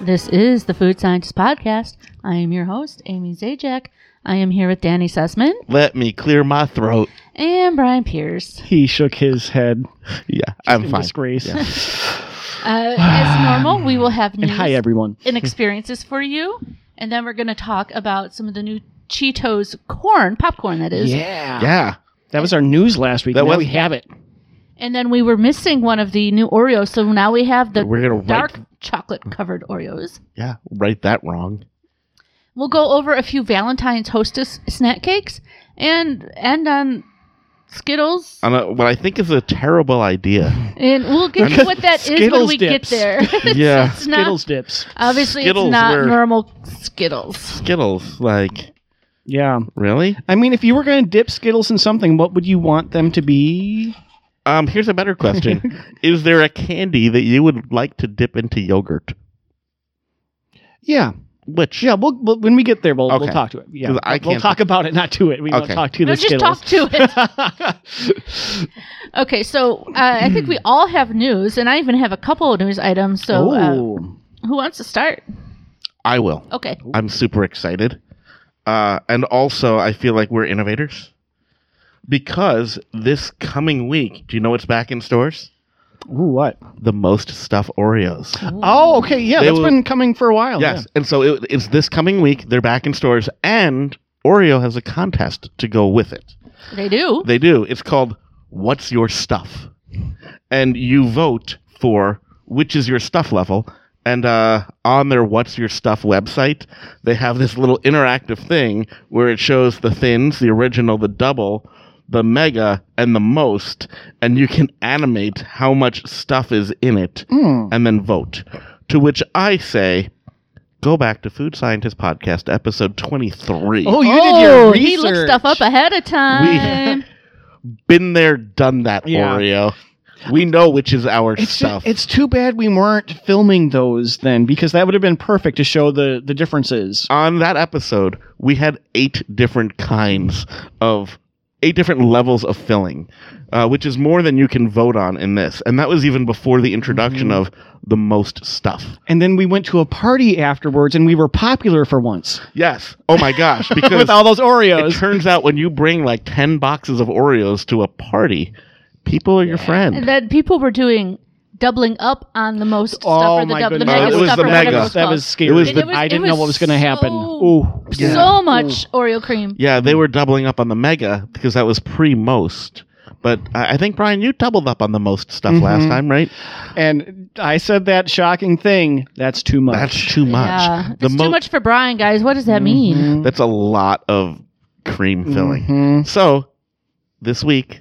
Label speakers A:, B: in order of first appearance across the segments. A: This is the Food Scientist Podcast. I am your host, Amy Zajac. I am here with Danny Sussman
B: Let me clear my throat.
A: and Brian Pierce.
C: He shook his head
B: Yeah, I'm
C: in
B: fine.
C: disgrace.
A: Uh, as normal, we will have
C: and
A: news
C: hi, everyone.
A: and experiences for you, and then we're going to talk about some of the new Cheetos corn, popcorn that is.
C: Yeah.
B: Yeah.
C: That was our news last week.
B: That
C: That now
B: was-
C: we have it.
A: And then we were missing one of the new Oreos, so now we have the
B: We're gonna
A: dark
B: write,
A: chocolate covered Oreos.
B: yeah, write that wrong.
A: We'll go over a few Valentine's hostess snack cakes and end on Skittles.
B: On a, uh, what I think is a terrible idea.
A: And we'll get to what that is when
C: Skittles
A: we
C: dips.
A: get there. It's-
B: Yeah.
A: it's not-
C: Skittles dips.
A: obviously,
B: Skittles
A: it's not
B: were-
A: normal Skittles.
B: Skittles, like
C: Yeah.
B: really?
C: I mean, if you were going to dip Skittles in something, what would you want them to be?
B: Um, here's a better question: Is there a candy that you would like to dip into yogurt?
C: Yeah.
B: Which
C: Yeah. We'll, we'll, when we get there, we'll,
B: Okay.
C: we'll talk to it. Yeah.
B: 'Cause I
C: We'll- we'll
B: can't-
C: talk about it, not to it. We
B: Okay.
C: won't talk to
A: No,
C: the
A: just
C: Skittles.
A: talk to it.
C: it.
A: Okay, so uh, I think we all have news, and I even have a couple of news items. So
C: Oh.
A: uh, who wants to start?
B: I will.
A: Okay.
B: I'm super excited. Uh, and also, I feel like we're innovators because this coming week, do you know what's back in stores?
C: Ooh, what?
B: The most stuff Oreos.
C: Oh, okay. Yeah,
B: They
C: that's
B: will-
C: been coming for a while.
B: yes, and so it, it's this coming week. They're back in stores, and Oreo has a contest to go with it.
A: They do.
B: They do. It's called "What's Your Stuff," and you vote for which is your stuff level. And uh, on their "What's Your Stuff" website, they have this little interactive thing where it shows the thins, the original, the double, the mega, and the most, and you can animate how much stuff is in it,
C: Yeah. Hmm.
B: and then vote. To which I say. Go back to Food Scientist Podcast, episode 23.
C: Oh, you did your
A: Oh,
C: research.
A: He looked stuff up ahead of time.
B: been there, done that,
C: Yeah.
B: Oreo. We know which is our
C: It's
B: stuff.
C: just, it's too bad we weren't filming those then because that would have been perfect to show the the differences.
B: On that episode, we had eight different kinds of eight different levels of filling, uh, which is more than you can vote on in this. And that was even before the introduction
C: Mm-hmm.
B: of the most stuff.
C: And then we went to a party afterwards and we were popular for once
B: Yes. Oh my gosh! Because
C: with all those
B: it
C: Oreos.
B: turns out when you bring like ten boxes of Oreos to a party, people are your friend.
A: and then people were doing doubling up on the most stuff or the, dub- the
B: Uh,
A: mega
B: it was
A: stuff
B: the
A: or whatever
B: mega.
A: it's
C: Oh That
A: called.
C: was scary.
B: It was
A: the-
C: I
A: it
C: didn't
A: was
C: know what was going to happen.
A: so-
C: Ooh, yeah.
A: So much Oreo cream.
B: Yeah,
C: Hmm.
B: they were doubling up on the mega because that was pre most. But I I think Brian, you doubled up on the most stuff last
C: Mhm.
B: time, right?
C: And I said that shocking thing. That's too much.
B: That's too much.
A: Yeah.
B: The
A: It's
B: mo-
A: too much for Brian, guys. What does that mean?
C: Mhm.
B: That's a lot of cream filling.
C: Mhm.
B: So this week,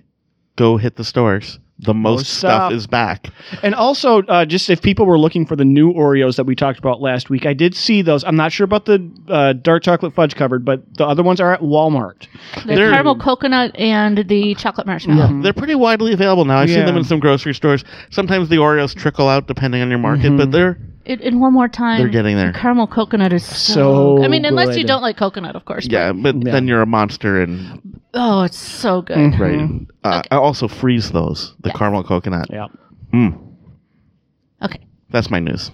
B: go hit the stores. The most,
C: Most
B: stuff
C: stuff.
B: is back.
C: And also, uh, just if people were looking for the new Oreos that we talked about last week, I did see those. I'm not sure about the uh, dark chocolate fudge covered, but the other ones are at Walmart.
A: The
B: They're-
A: caramel coconut and the chocolate marshmallow.
B: They're pretty widely available now. I've seen
C: Yeah.
B: them in some grocery stores. Sometimes the Oreos trickle out depending on your market,
C: Mm-hmm.
B: but they're
A: It, and one more time,
B: They're getting there.
A: the Caramel coconut is so.
C: So
A: I mean, unless you
C: good.
A: don't like coconut, of course. but-
B: yeah, but
C: Yeah.
B: then you're a monster and
A: Oh, it's so good.
B: right.
A: Mm-hmm.
B: Uh,
A: Okay.
B: I also freeze those. The caramel coconut.
C: Yeah.
B: Mm,
A: Okay.
B: that's my news.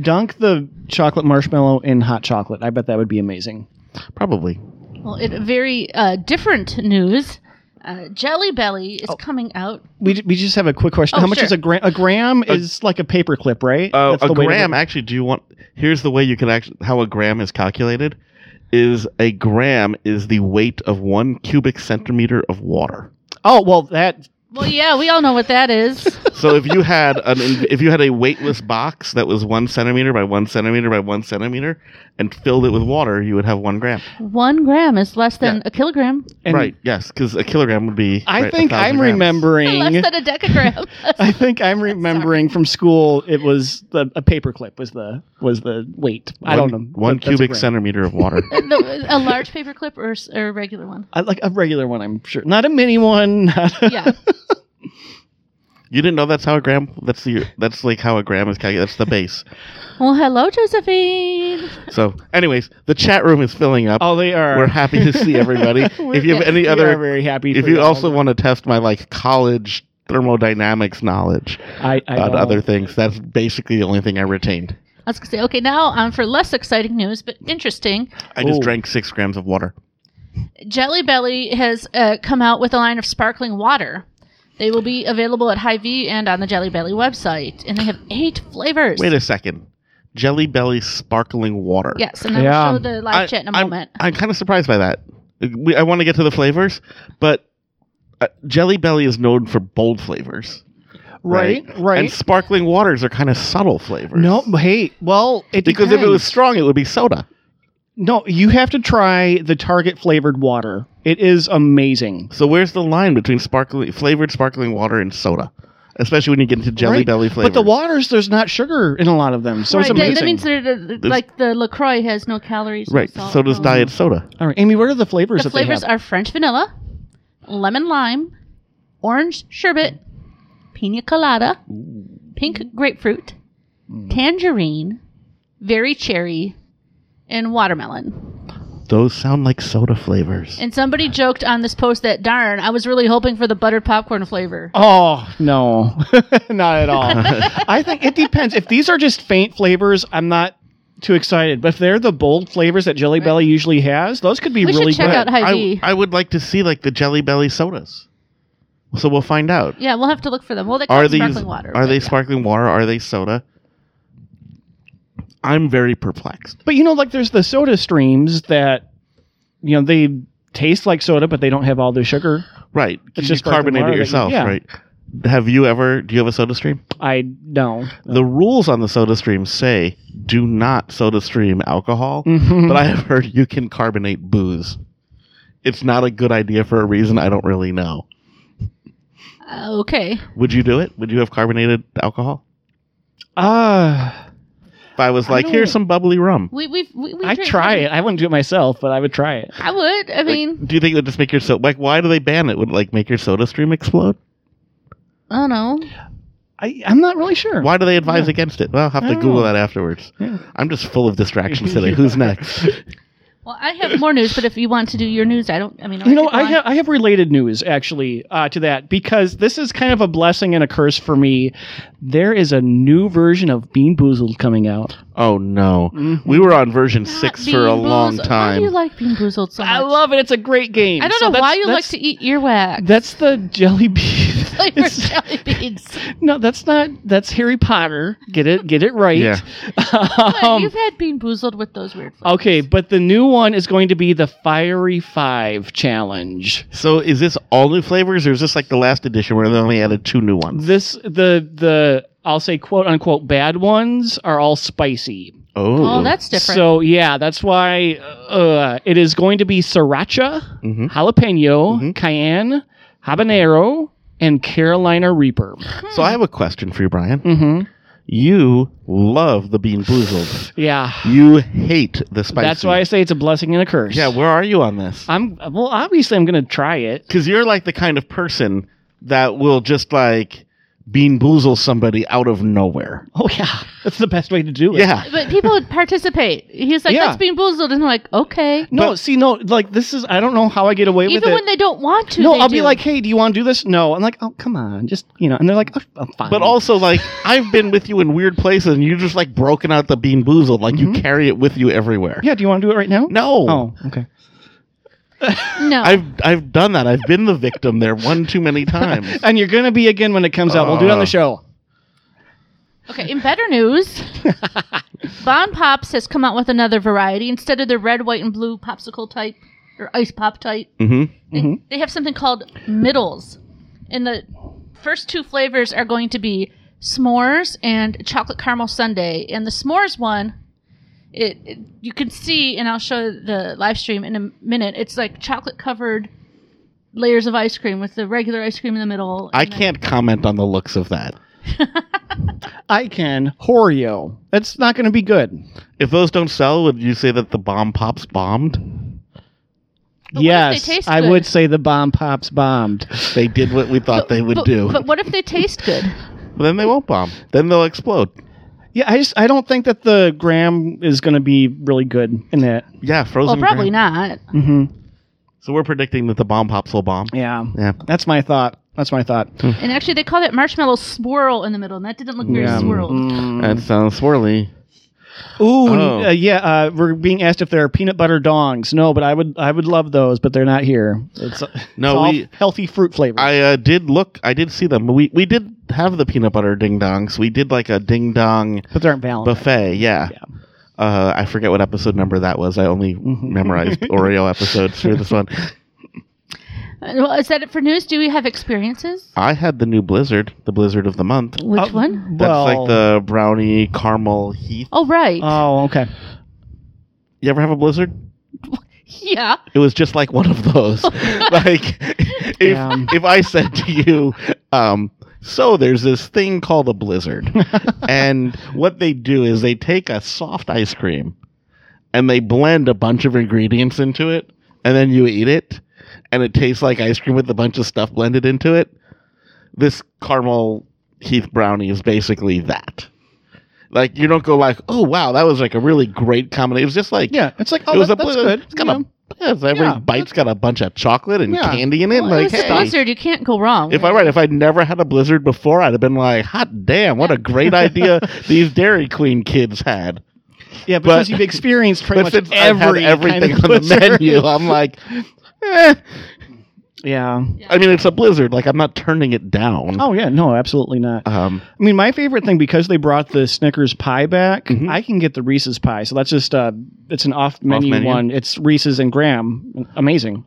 C: Dunk the chocolate marshmallow in hot chocolate. I bet that would be amazing.
B: Probably.
A: Well, it, very uh, different news. Uh, Jelly Belly
B: Oh.
A: is coming out.
C: We, we just have a quick question.
A: Oh,
C: How much
A: sure.
C: is a gram? A gram is like a paperclip, right?
B: Uh,
C: That's
B: a
C: the way to
B: gram,
C: go-
B: actually, do you want? Here's the way you can actually how a gram is calculated: is a gram is the weight of one cubic centimeter of water.
C: Oh well, that
A: Well, yeah, we all know what that is.
B: So if you had an in- if you had a weightless box that was one centimeter by one centimeter by one centimeter and filled it with water, you would have one gram.
A: One gram is less than a kilogram,
C: and
B: right? Yes, because a kilogram would be.
C: I
B: right, a
C: think
B: thousand
C: I'm
A: less
B: grams.
C: remembering.
A: than a decagram.
C: I think I'm remembering from school. It was the a paperclip was the was the weight. I
B: One-
C: don't know.
B: One
C: but that's a
B: cubic
C: gram.
B: centimeter of water.
A: No, a large paper clip or, s- or a regular one?
C: I like a regular one. I'm sure not a mini one. Not a-
A: Yeah.
B: you didn't know that's how a gram. That's the that's like how a gram is calculated. That's the base.
A: Well, hello, Josephine.
B: So, anyways, the chat room is filling up.
C: Oh, they are.
B: We're happy to see everybody.
C: We're-
B: if you have any
C: we are
B: other,
C: very happy.
B: if
C: for
B: you
C: y'all.
B: also want to test my like college thermodynamics knowledge
C: I, I
B: about
C: don't.
B: other things, that's basically the only thing I retained.
A: I was gonna say, okay, now on for less exciting news, but interesting.
B: I just
C: Oh.
B: drank six grams of water.
A: Jelly Belly has uh, come out with a line of sparkling water. They will be available at Hy-Vee and on the Jelly Belly website, and they have eight flavors.
B: Wait a second. Jelly Belly sparkling water.
A: yes, and I
C: Yeah.
A: will show the live chat in a
B: I'm,
A: moment.
B: I'm kind of surprised by that. We, I want to get to the flavors, but uh, Jelly Belly is known for bold flavors,
C: Right, right.
B: And sparkling waters are kind of subtle flavors.
C: no, hey, well, it
B: because if it was strong, it would be soda.
C: no, you have to try the Target flavored water. It is amazing.
B: So where's the line between sparkling flavored sparkling water and soda? Especially when you get into Jelly
C: Right.
B: Belly flavors.
C: But the waters, there's not sugar in a lot of them, so
A: right,
C: it's
A: that-
C: amazing.
A: that means that, uh, like the Lacroix has no calories. no
B: right?
A: salt,
B: So does
A: no-
B: diet soda.
C: All right, Amy, what are the flavors
A: The
C: that they
A: flavors
C: have?
A: are French vanilla, lemon lime, orange sherbet, pina colada, pink grapefruit,
C: Mm.
A: tangerine, very cherry, and watermelon.
B: Those sound like soda flavors.
A: And somebody joked on this post that darn, I was really hoping for the buttered popcorn flavor.
C: Oh no, not at all. I think it depends. If these are just faint flavors, I'm not too excited. But if they're the bold flavors that Jelly Belly usually has, those could be
A: We should
C: really
A: check
C: good.
A: out Hy-Vee.
B: I, I would like to see like the Jelly Belly sodas. So we'll find out.
A: yeah, we'll have to look for them. Well, they
B: Are
A: call
B: these
A: sparkling water.
B: are
A: but
B: they
A: yeah.
B: sparkling water? Are they soda? I'm very perplexed.
C: But you know, like there's the soda streams that you know they taste like soda, but they don't have all the sugar.
B: Right, you
C: just
B: just carbonate
C: sparkling water
B: it
C: that you-
B: yourself.
C: yeah.
B: Right. Have you ever? Do you have a Soda Stream?
C: I know.
B: The rules on the Soda Stream say do not Soda Stream alcohol,
C: Mhm.
B: but I have heard you can carbonate booze. It's not a good idea for a reason I don't really know.
A: Uh, okay.
B: Would you do it? Would you have carbonated alcohol?
C: Ah,
B: If I was like,
C: don't-
B: here's some bubbly rum.
A: We we we, we
C: I
A: drink-
C: try it. I wouldn't do it myself, but I would try it.
A: I would. I
B: Like,
A: mean,
B: do you think it would just make your soda? Like, why do they ban it? Would it, like make your Soda Stream explode?
A: I don't know.
C: I, I'm not really sure.
B: Why do they advise against it? Well, I'll have
C: I
B: to
C: don't
B: Google
C: know.
B: that afterwards.
C: Yeah.
B: I'm just full of distractions today. Who's next?
A: Well, I have more news, but if you want to do your news, I don't. I mean,
C: You know,
A: could go
C: I
A: on.
C: have, I have related news actually uh, to that because this is kind of a blessing and a curse for me. There is a new version of Bean Boozled coming out.
B: Oh no,
C: Mhm.
B: we were on version
A: Not
B: six
A: Bean
B: for a long
A: Boozled. Why
B: time.
A: do you like bean boozled so much?
C: I love it. It's a great game.
A: I don't
C: So
A: know
C: that's-
A: why you like
C: that's-
A: to eat earwax.
C: That's the jelly bean.
A: flavored
C: It's-
A: jelly beans.
C: no, that's not. That's Harry Potter. Get it? Get it right.
B: Yeah.
A: But
C: Um,
A: you've had bean boozled with those weird. Flavors.
C: okay, but the new one is going to be the Fiery Five challenge.
B: So is this all new flavors, or is this like the last edition where they only added two new ones?
C: This the the I'll say quote unquote bad ones are all spicy.
A: Oh, that's different.
C: So yeah, that's why uh, it is going to be sriracha,
B: Mhm.
C: jalapeno,
B: Mhm.
C: cayenne, habanero, and Carolina Reaper.
B: So I have a question for you, Brian.
C: hmm
B: You love the bean boozled.
C: Yeah,
B: You hate the spicy.
C: that's why I say it's a blessing and a curse.
B: Yeah, where are you on this?
C: I'm well. Obviously, I'm going to try it.
B: Because you're like the kind of person that will just like bean boozle somebody out of nowhere.
C: Oh yeah, that's the best way to do it.
B: Yeah.
A: But people would participate. He's like,
C: Yeah.
A: "That's bean boozled," and I'm like, "Okay."
C: No,
B: But-
C: see, no, like this is. I don't know how I get away with
A: Even
C: it.
A: when they don't want to,
C: no,
A: they
C: I'll be
A: do.
C: like, hey, do you want to do this? No, I'm like, oh come on, just you know. And they're like, oh, I'm fine.
B: But also, like, I've been with you in weird places, and you're just like broken out the bean boozled. Like, you carry it with you everywhere.
C: Mm-hmm. yeah, do you want to do it right now?
B: No.
C: Oh, okay.
A: "No."
B: I've I've done that. I've been the victim there one too many times.
C: And you're gonna be again when it comes out. We'll do it on the
B: Uh.
C: show.
A: okay. In better news, Bon Pops has come out with another variety instead of the red, white, and blue popsicle type or ice pop type.
B: Mm-hmm.
A: They- They have something called middles. And the first two flavors are going to be s'mores and chocolate caramel sundae. And the s'mores one, it, it- you can see, and I'll show the live stream in a minute. It's like chocolate covered layers of ice cream with the regular ice cream in the middle.
B: I
A: and then-
B: can't comment on the looks of that.
C: I can Horio. That's not going to be good.
B: If those don't sell, would you say that the bomb pops bombed?
A: But what if they
C: yes,
A: taste
C: I
A: good?
C: would say the bomb pops bombed.
B: They did what we thought they would
A: but,
B: do.
A: But what if they taste good?
B: then they won't bomb. Then they'll explode.
C: Yeah, I just I don't think that the gram is going to be really good in that.
B: Yeah,
A: well,
B: frozen.
A: probably
B: ground.
A: not.
C: hmm
B: So we're predicting that the bomb pops will bomb.
C: Yeah,
B: Yeah.
C: that's my thought. That's my thought.
B: Mm.
A: And actually, they call that marshmallow swirl in the middle, and that didn't look very
C: Yeah.
A: swirled.
C: Mm.
B: That sounds swirly.
C: Ooh, n-
B: Oh.
C: uh, yeah. Uh, we're being asked if there are peanut butter dongs. No, but I would I would love those, but they're not here. It's, it's
B: No,
C: all
B: we-
C: healthy fruit flavors.
B: I uh, did look. I did see them. We we did have the peanut butter ding dongs. We did like a ding dong
C: but they aren't Valentine's.
B: buffet. Yeah. Uh, I forget what episode number that was. I only memorized Oreo episodes for this one.
A: Uh, Well, is that it for news? Do we have experiences?
B: I had the new Blizzard, the Blizzard of the month.
A: Which
C: Uh,
A: one?
B: That's
C: well,
B: like the brownie caramel heath.
A: Oh, right.
B: Uh,
C: Oh, okay.
B: You ever have a Blizzard?
A: yeah.
B: It was just like one of those. like if
C: Yeah.
B: if I said to you, um, so there's this thing called a blizzard, and what they do is they take a soft ice cream, and they blend a bunch of ingredients into it, and then you eat it, and it tastes like ice cream with a bunch of stuff blended into it. This caramel Heath brownie is basically that. Like you don't go like, oh wow, that was like a really great combination. It was just like
C: Yeah, it's like oh,
B: it was
C: that-
B: a
C: that's
B: blizzard.
C: good.
B: It's got
C: you
B: a
C: know.
B: yeah, it's every
C: Yeah.
B: bite's got a bunch of chocolate and
C: Yeah.
B: candy in it.
A: Well,
B: like,
A: it was
B: hey,
A: a blizzard. You can't go wrong.
B: if I right, if I'd never had a blizzard before, I'd have been like, hot damn, what a great idea these Dairy Queen kids had.
C: Yeah, but,
B: But-
C: since you've experienced pretty
B: but
C: much
B: since
C: every
B: I had everything
C: kind of
B: on the
C: blizzard.
B: menu, I'm like, eh.
C: Yeah.
B: I mean, it's a blizzard. Like I'm not turning it down.
C: Oh yeah, no, absolutely not.
B: Um,
C: I mean, my favorite thing because they brought the Snickers pie back,
B: Mhm.
C: I can get the Reese's pie. So that's just uh, it's an off menu,
B: Off-menu?
C: one. It's Reese's and Graham, amazing.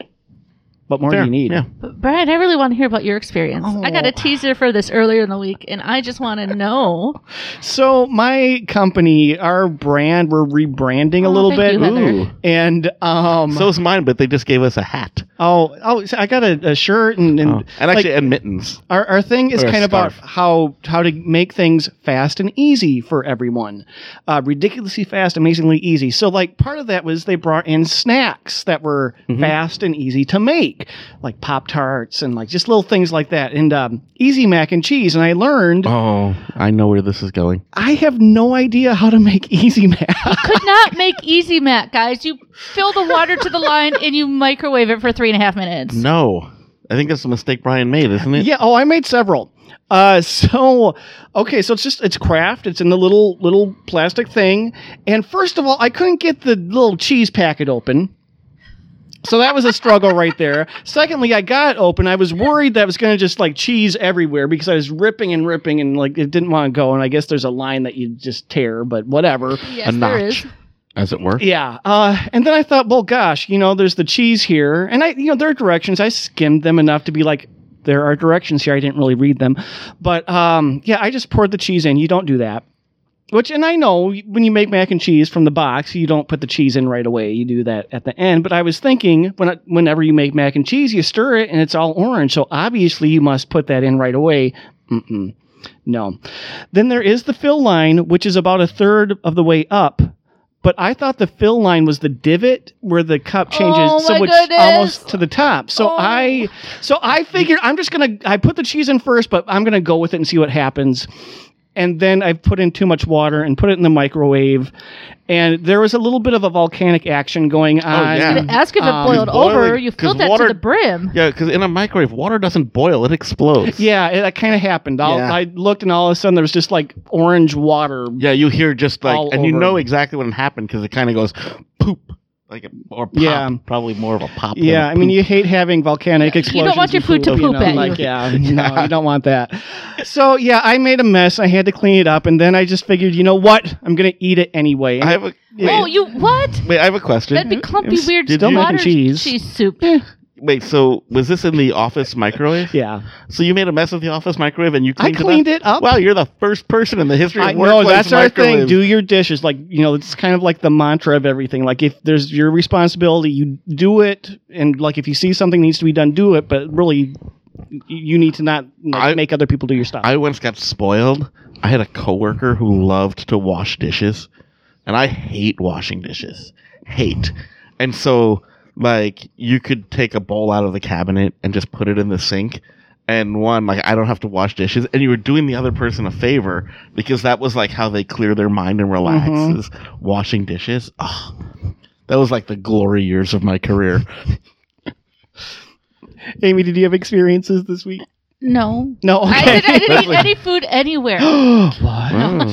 C: But more
B: fair.
C: do you need?
B: Yeah.
A: But Brian, I really want to hear about your experience. I got a
C: Oh.
A: teaser for this earlier in the week, and I just want to know.
C: So my company, our brand, we're rebranding a
A: Oh,
C: little
A: thank
C: bit,
A: you, Heather.
B: Ooh.
C: and um,
B: So is mine, but they just gave us a hat
C: oh, oh, so I got a, a shirt and, and
B: Oh. and
C: like,
B: actually and mittens.
C: Our, our thing is
B: Or a
C: kind of about
B: scarf.
C: how how to make things fast and easy for everyone, uh, ridiculously fast, amazingly easy. So like part of that was they brought in snacks that were fast and easy to make, like pop tarts and like just little things like that, and um, easy mac and cheese. And I learned
B: Oh, I know where this is going.
C: I have no idea how to make easy mac.
A: Could not make Easy Mac, guys. You fill the water to the line and you microwave it for three and a half minutes.
B: No, I think that's a mistake Brian made, isn't it?
C: yeah. Oh, I made several. Uh, so okay, so it's just it's craft. It's in the little little plastic thing. And first of all, I couldn't get the little cheese packet open. So that was a struggle right there. Secondly, I got it open. I was worried that it was going to just like cheese everywhere because I was ripping and ripping and like it didn't want to go. And I guess there's a line that you just tear, but whatever.
A: Yes,
B: a
A: there is.
B: notch, as it were.
C: Yeah. Uh, and then I thought, well, gosh, you know, there's the cheese here. And I, you know, there are directions. I skimmed them enough to be like, there are directions here. I didn't really read them. But um, yeah, I just poured the cheese in. You don't do that. Which, and I know when you make mac and cheese from the box, you don't put the cheese in right away. You do that at the end. But I was thinking, when I, whenever you make mac and cheese, you stir it and it's all orange. So obviously, you must put that in right away. Mm-mm. No. Then there is the fill line, which is about a third of the way up. But I thought the fill line was the divot where the cup changes,
A: Oh, my
C: so it's
A: goodness.
C: almost to the top. So
A: Oh.
C: I, so I figured I'm just gonna I put the cheese in first, but I'm gonna go with it and see what happens. And then I put in too much water and put it in the microwave, and there was a little bit of a volcanic action going on.
B: Oh, yeah.
A: You Ask if it
C: Um,
A: boiled
B: boiling-
A: over. You filled
B: 'cause
A: that
B: water-
A: to the brim.
B: Yeah, because in a microwave, water doesn't boil; it explodes.
C: Yeah, it, that kind of happened. All,
B: Yeah.
C: I looked, and all of a sudden there was just like orange water.
B: Yeah, you hear just like,
C: All
B: and you
C: over.
B: know exactly when it happened because it kind of goes poop, like a, or pop.
C: Yeah.
B: Probably more of a pop. than
C: Yeah,
B: a
C: I mean,
B: poop.
C: you hate having volcanic explosions.
A: You don't want your food to
C: before,
A: poop
C: know,
A: at you.
C: like, Yeah, no, you don't want that. So yeah, I made a mess. I had to clean it up, and then I just figured, you know what? I'm gonna eat it anyway.
B: I have a wait,
A: Oh, you what?
B: wait. I have a question.
A: That'd be clumpy,
C: It's
A: weird
B: still mac
A: water
C: and cheese.
A: soup.
B: wait, so was this in the office microwave?
C: yeah,
B: So you made a mess of the office microwave and you
C: I
B: cleaned,
C: cleaned
B: it,
C: it up.
B: Wow, you're the first person in the history of
C: I know
B: workplace
C: that's our thing.
B: microwaves.
C: Do your dishes, like you know, it's kind of like the mantra of everything. Like if there's your responsibility, you do it, and like if you see something needs to be done, do it. But really, y- you need to not like,
B: I-
C: make other people do your stuff.
B: I once got spoiled. I had a coworker who loved to wash dishes, and I hate washing dishes. Hate. And so, like, you could take a bowl out of the cabinet and just put it in the sink. And one, like, I don't have to wash dishes. And you were doing the other person a favor because that was like how they clear their mind and relax
C: Mhm.
B: is washing dishes. Ugh. That was like the glory years of my career.
C: Amy, did you have experiences this week?
A: No.
C: No,
A: I
C: okay.
A: didn't, I didn't eat any food anywhere.
C: what?
B: Wow.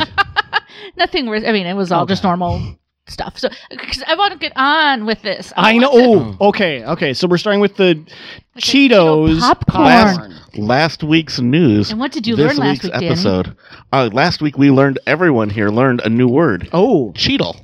A: nothing. Was, I mean, it was all just
C: Okay.
A: normal stuff. So 'cause I want to get on with this.
C: I know.
A: want to-
C: Oh, okay, okay. So we're starting with the
A: Like a
C: Cheetos
A: Cheeto popcorn.
B: Last week's news.
A: And what did you learn
B: this
A: last
B: week's
A: week, Danny?
B: episode. Uh, last week we learned everyone here learned a new word.
C: Oh,
B: Cheetle.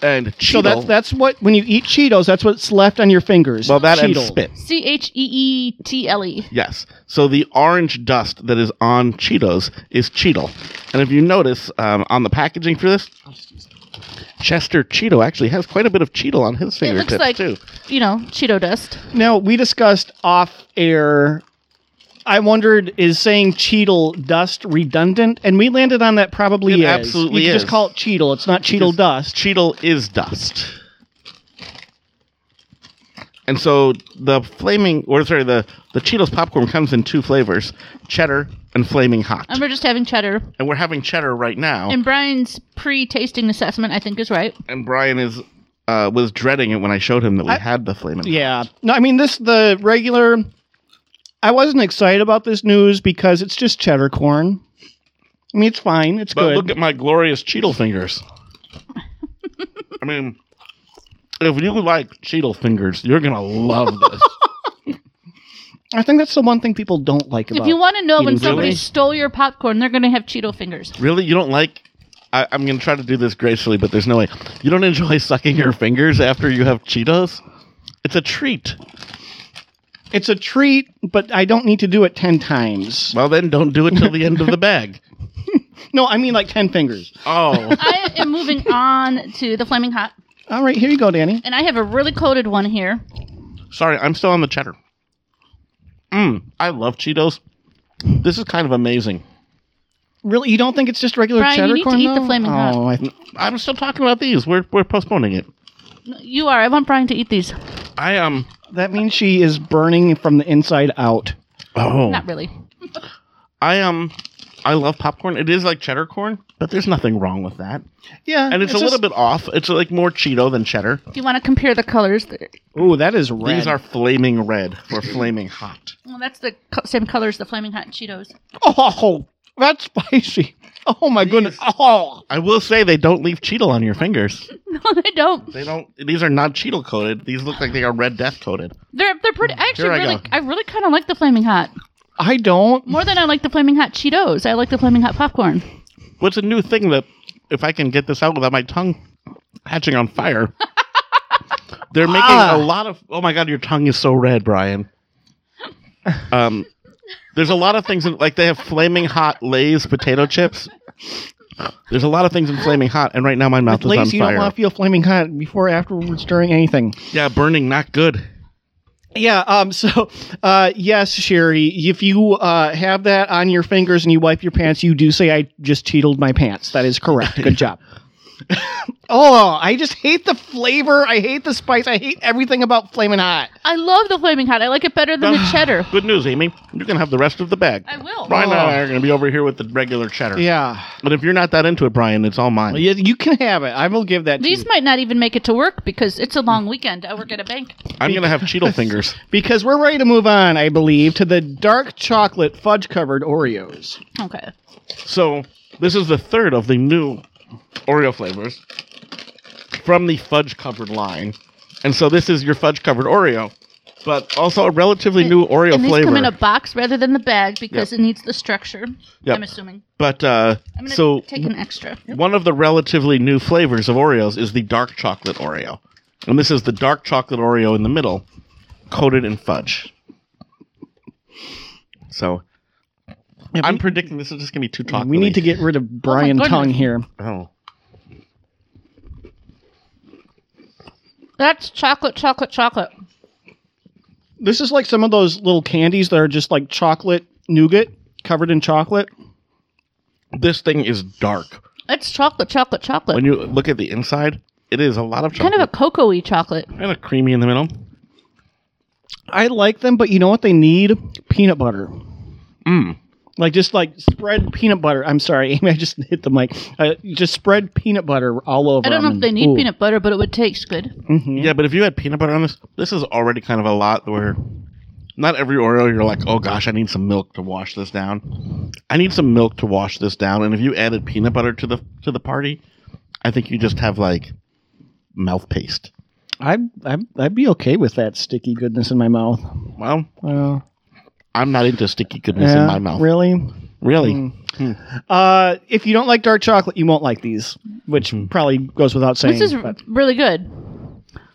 B: And cheetle.
C: so that's that's what when you eat Cheetos, that's what's left on your fingers.
B: well that and
C: Cheetle.
B: spit.
A: C H E E T L E.
B: Yes. So the orange dust that is on Cheetos is Cheetle. And if you notice um, on the packaging for this, Chester Cheeto actually has quite a bit of Cheetle on his
A: It looks
B: fingertips
A: like
B: too.
A: you know Cheeto dust.
C: Now we discussed off air. I wondered is saying Cheetle dust redundant, and we landed on that probably
B: It
C: is.
B: absolutely
C: you can
B: is.
C: Just call it Cheetle. It's not Cheetle
B: Because
C: dust.
B: Cheetle is dust. And so the flaming, or sorry, the the Cheetos popcorn comes in two flavors: cheddar and flaming hot.
A: And we're just having cheddar.
B: and we're having cheddar right now.
A: And Brian's pre-tasting assessment, I think, is right.
B: and Brian is uh, was dreading it when I showed him that we
C: I-
B: had the flaming.
C: Yeah. No, I mean this the regular. I wasn't excited about this news because it's just cheddar corn. I mean, it's fine. It's
B: But
C: good.
B: look at my glorious Cheetle fingers. I mean, if you like Cheetle fingers, you're gonna love this.
C: I think that's the one thing people don't like about.
A: if you want to know when
C: eating
A: somebody
B: Cheetos.
A: stole your popcorn, they're going to have Cheeto fingers.
B: really, you don't like? I, I'm gonna try to do this gracefully, but there's no way. You don't enjoy sucking your fingers after you have Cheetos. It's a treat.
C: it's a treat, but I don't need to do it ten times.
B: Well, then don't do it till the end of the bag.
C: No, I mean like ten fingers.
B: Oh,
A: I am moving on to the flaming hot,
C: All right, here you go, Danny.
A: and I have a really coated one here.
B: sorry, I'm still on the cheddar. Mm, I love Cheetos. This is kind of amazing.
C: Really, you don't think it's just regular
A: Brian, you
C: cheddar
A: need to
C: corn?
A: eat the
C: though?
A: Flamin' Hot.
C: oh, I th-
B: I'm still talking about these. We're we're postponing it.
A: You are. I want Brian to eat these.
B: I um, am.
C: that means she is burning from the inside out.
B: Oh,
A: Not really.
B: I am. I love popcorn. It is like cheddar corn, but there's nothing wrong with that.
C: Yeah,
B: And it's, a little bit off. It's like more Cheeto than cheddar.
A: If you want to compare the colors, th-
C: Ooh, that is red.
B: These are flaming red or flaming hot.
A: well, that's the co- same color as the flaming hot Cheetos.
C: Oh, that's spicy. Oh my goodness. Oh,
B: I will say they don't leave Cheeto on your fingers.
A: No, they don't.
B: They don't. These are not Cheeto coated. These look like they are Red Death coated.
A: They're they're pretty. I actually
B: Here I
A: really
B: go.
A: I really kind of like the flaming hot
C: I don't.
A: more than I like the flaming hot Cheetos. I like the flaming hot popcorn.
B: What's a new thing that, if I can get this out without my tongue catching on fire, they're making
C: Ah.
B: a lot of. Oh my god, your tongue is so red, Brian. Um, there's a lot of things in, like they have flaming hot Lay's potato chips. There's a lot of things in flaming hot, and right now my mouth
C: With Lay's,
B: is
C: you
B: on
C: don't
B: fire.
C: want to feel flaming hot before, afterwards, during anything.
B: yeah, burning, not good.
C: Yeah. Um. So, uh, yes, Sherry, if you uh, have that on your fingers and you wipe your pants, you do say, "I just cheated my pants." That is correct. Good job. oh, I just hate the flavor. I hate the spice. I hate everything about flaming hot.
A: I love the flaming hot. I like it better than the cheddar.
B: Good news, Amy. You can have the rest of the bag.
A: I will.
B: Brian and I are going to be over here with the regular cheddar.
C: Oh. Yeah.
B: But if you're not that into it, Brian, it's all mine.
C: You, you can have it. I will give that to
A: These
C: you.
A: might not even make it to work because it's a long weekend. I work at a bank.
B: I'm going to have Cheeto fingers.
C: Because we're ready to move on, I believe, to the dark chocolate fudge covered Oreos.
A: Okay.
B: So this is the third of the new Oreo flavors from the fudge covered line, and so this is your fudge covered Oreo, but also a relatively new Oreo
A: and these
B: flavor.
A: come in a box rather than the bag because
B: Yep.
A: it needs the structure.
B: Yep.
A: I'm assuming.
B: but uh,
A: I'm gonna
B: so
A: take an extra.
B: one of the relatively new flavors of Oreos is the dark chocolate Oreo, and this is the dark chocolate Oreo in the middle, coated in fudge. So. I'm predicting this is just gonna be too chocolatey.
C: we need to get rid of Brian
A: goodness.
C: Tongue here.
B: Oh,
A: That's chocolate, chocolate, chocolate.
C: This is like some of those little candies that are just like chocolate nougat covered in chocolate.
B: this thing is dark.
A: It's chocolate, chocolate, chocolate.
B: when you look at the inside, it is a lot of chocolate.
A: kind of a cocoa-y chocolate.
B: kind of creamy in the middle.
C: I like them, but you know what they need? Peanut butter. Mm. Like just like spread peanut butter. I'm sorry, Amy. I just hit the mic. Uh, just spread peanut butter all over.
A: I don't know
C: them Mm-hmm.
A: if
C: and-
A: they need
C: ooh.
A: peanut butter, but it would taste good.
B: Yeah, but if you had peanut butter on this, this is already kind of a lot where Not every Oreo you're like, oh gosh, I need some milk to wash this down. I need some milk to wash this down. And if you added peanut butter to the to the party, I think you just have like mouth paste.
C: I'd, I'd, I'd be okay with that sticky goodness in my mouth.
B: Well,
C: Uh,
B: I'm not into sticky goodness in my mouth.
C: Really?
B: Really?
A: Mm.
C: Uh, if you don't like dark chocolate, you won't like these, which probably goes without saying.
A: This is
C: but-
A: really good.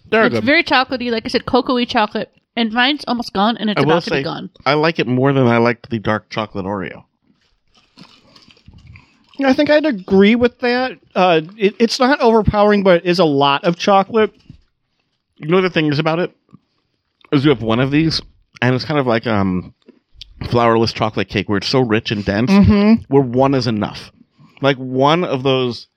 B: There
A: it's very chocolatey, like I said, cocoa chocolate. And mine's almost gone, and it's
B: I will
A: about to be
B: say,
A: gone.
B: I like it more than I liked the dark chocolate Oreo.
C: I think I'd agree with that. Uh, it, it's not overpowering, but it is a lot of chocolate.
B: You know the thing is about it is you have one of these, and it's kind of like um, flourless chocolate cake where it's so rich and dense,
C: Mm-hmm.
B: where one is enough. Like one of those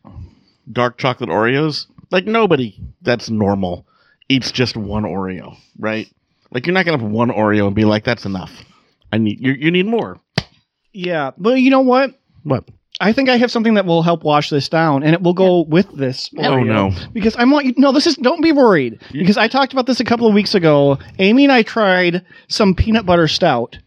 B: dark chocolate Oreos, like nobody that's normal eats just one Oreo, right? Like you're not gonna have one Oreo and be like, "That's enough. I need you. You need more."
C: Yeah, but you know what?
B: What?
C: I think I have something that will help wash this down, and it will go with this.
B: Oh
C: Oreo.
B: no!
C: Because I want you. No, this is. Don't be worried. Because I talked about this a couple of weeks ago. Amy and I tried some peanut butter stout.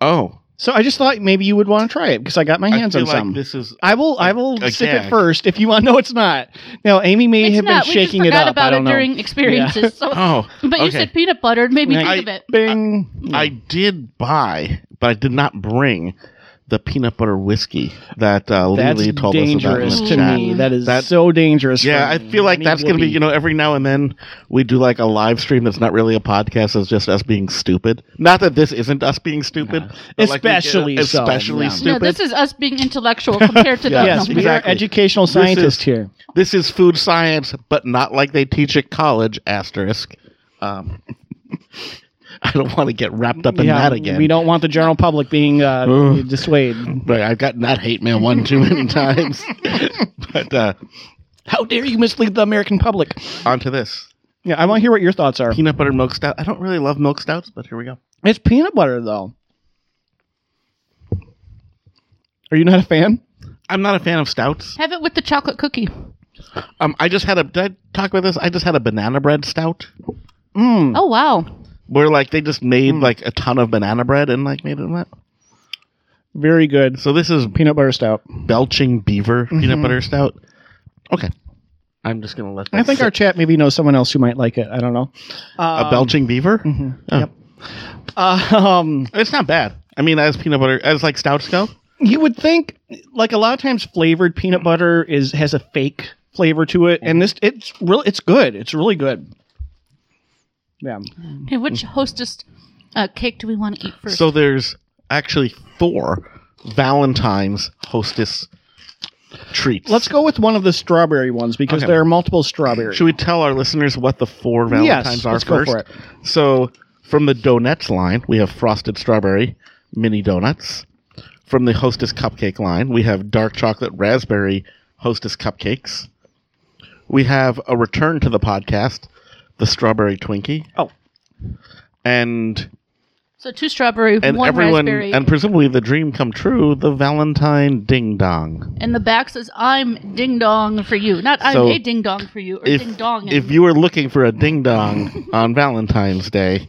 B: Oh,
C: So I just thought maybe you would want to try it because I got my hands
B: I
C: on
B: feel like
C: some.
B: this is
C: I will. I will
B: a
C: sip
B: gag.
C: it first if you want. No, it's not. No, Amy may
A: It's
C: have
A: not.
C: been
A: we just
C: shaking it
A: forgot
C: up.
A: about
C: I don't
A: it
C: know.
B: uh,
A: during experiences. So,
B: oh.
A: but you
B: okay.
A: said peanut butter, and maybe
C: Yeah.
A: think
B: I-
A: of it.
C: Bing.
B: I did buy, but I did not bring the peanut butter whiskey that uh,
C: That's
B: Lily told
C: dangerous
B: us about
C: to
B: in the chat.
C: me. That is
B: That-
C: so dangerous.
B: Yeah,
C: for
B: I
C: me.
B: feel like
C: need
B: that's going to be,
C: whoopee.
B: you know, every now and then we do like a live stream that's not really a podcast. It's just us being stupid. Not that this isn't us being stupid. but, like, we get-
C: Especially so,
B: especially
C: yeah.
A: No,
B: stupid.
A: this is us being intellectual compared to
B: Yeah.
A: that.
C: Yes,
A: number.
C: we are
B: exactly.
C: educational
B: is-
C: scientists here.
B: this is food science, but not like they teach at college, asterisk. Um, I don't want to get wrapped up in
C: Yeah,
B: that again.
C: we don't want the general public being uh,
B: Ugh.
C: dissuaded.
B: Right, I've gotten that hate mail one too many times. but uh,
C: How dare you mislead the American public?
B: on to this
C: Yeah, I want to hear what your thoughts are.
B: peanut butter milk stout. I don't really love milk stouts, but here we go.
C: It's peanut butter, though. Are you not a fan?
B: I'm not a fan of stouts.
A: Have it with the chocolate cookie.
B: Um, I just had a. Did I talk about this? I just had a banana bread stout
C: Mm,
A: Oh wow!
B: where like they just made like a ton of banana bread and like made it that.
C: Very good.
B: So this is
C: Peanut butter stout.
B: belching beaver peanut butter stout. Okay, Mm-hmm. I'm just gonna let. That
C: I think our
B: sit.
C: chat maybe knows someone else who might like it. I don't know.
B: a belching beaver. Oh.
C: Yep. Um,
B: It's not bad. I mean, as peanut butter as like stouts go.
C: you would think, like a lot of times, flavored peanut butter is has a fake flavor to it, and this it's real. It's good. It's really good. Yeah.
A: Okay, which hostess uh, cake do we want to eat first?
B: So there's actually four Valentine's hostess treats.
C: Let's go with one of the strawberry ones because
B: Okay.
C: there are multiple strawberries.
B: Should we tell our listeners what the four Valentines
C: Yes,
B: are
C: let's go
B: first?
C: for it.
B: So from the donuts line, we have frosted strawberry mini donuts. From the hostess cupcake line, we have dark chocolate raspberry hostess cupcakes. We have a return to the podcast, the strawberry Twinkie,
C: Oh,
B: and
A: So two strawberry,
B: and
A: one
B: everyone
A: raspberry,
B: and
A: and,
B: presumably the dream come true the valentine ding dong
A: the back says "I'm ding dong for you," not "I'm
B: So,
A: a ding dong for you" or
B: if,
A: "ding dong."
B: if you were looking for a ding dong on valentine's day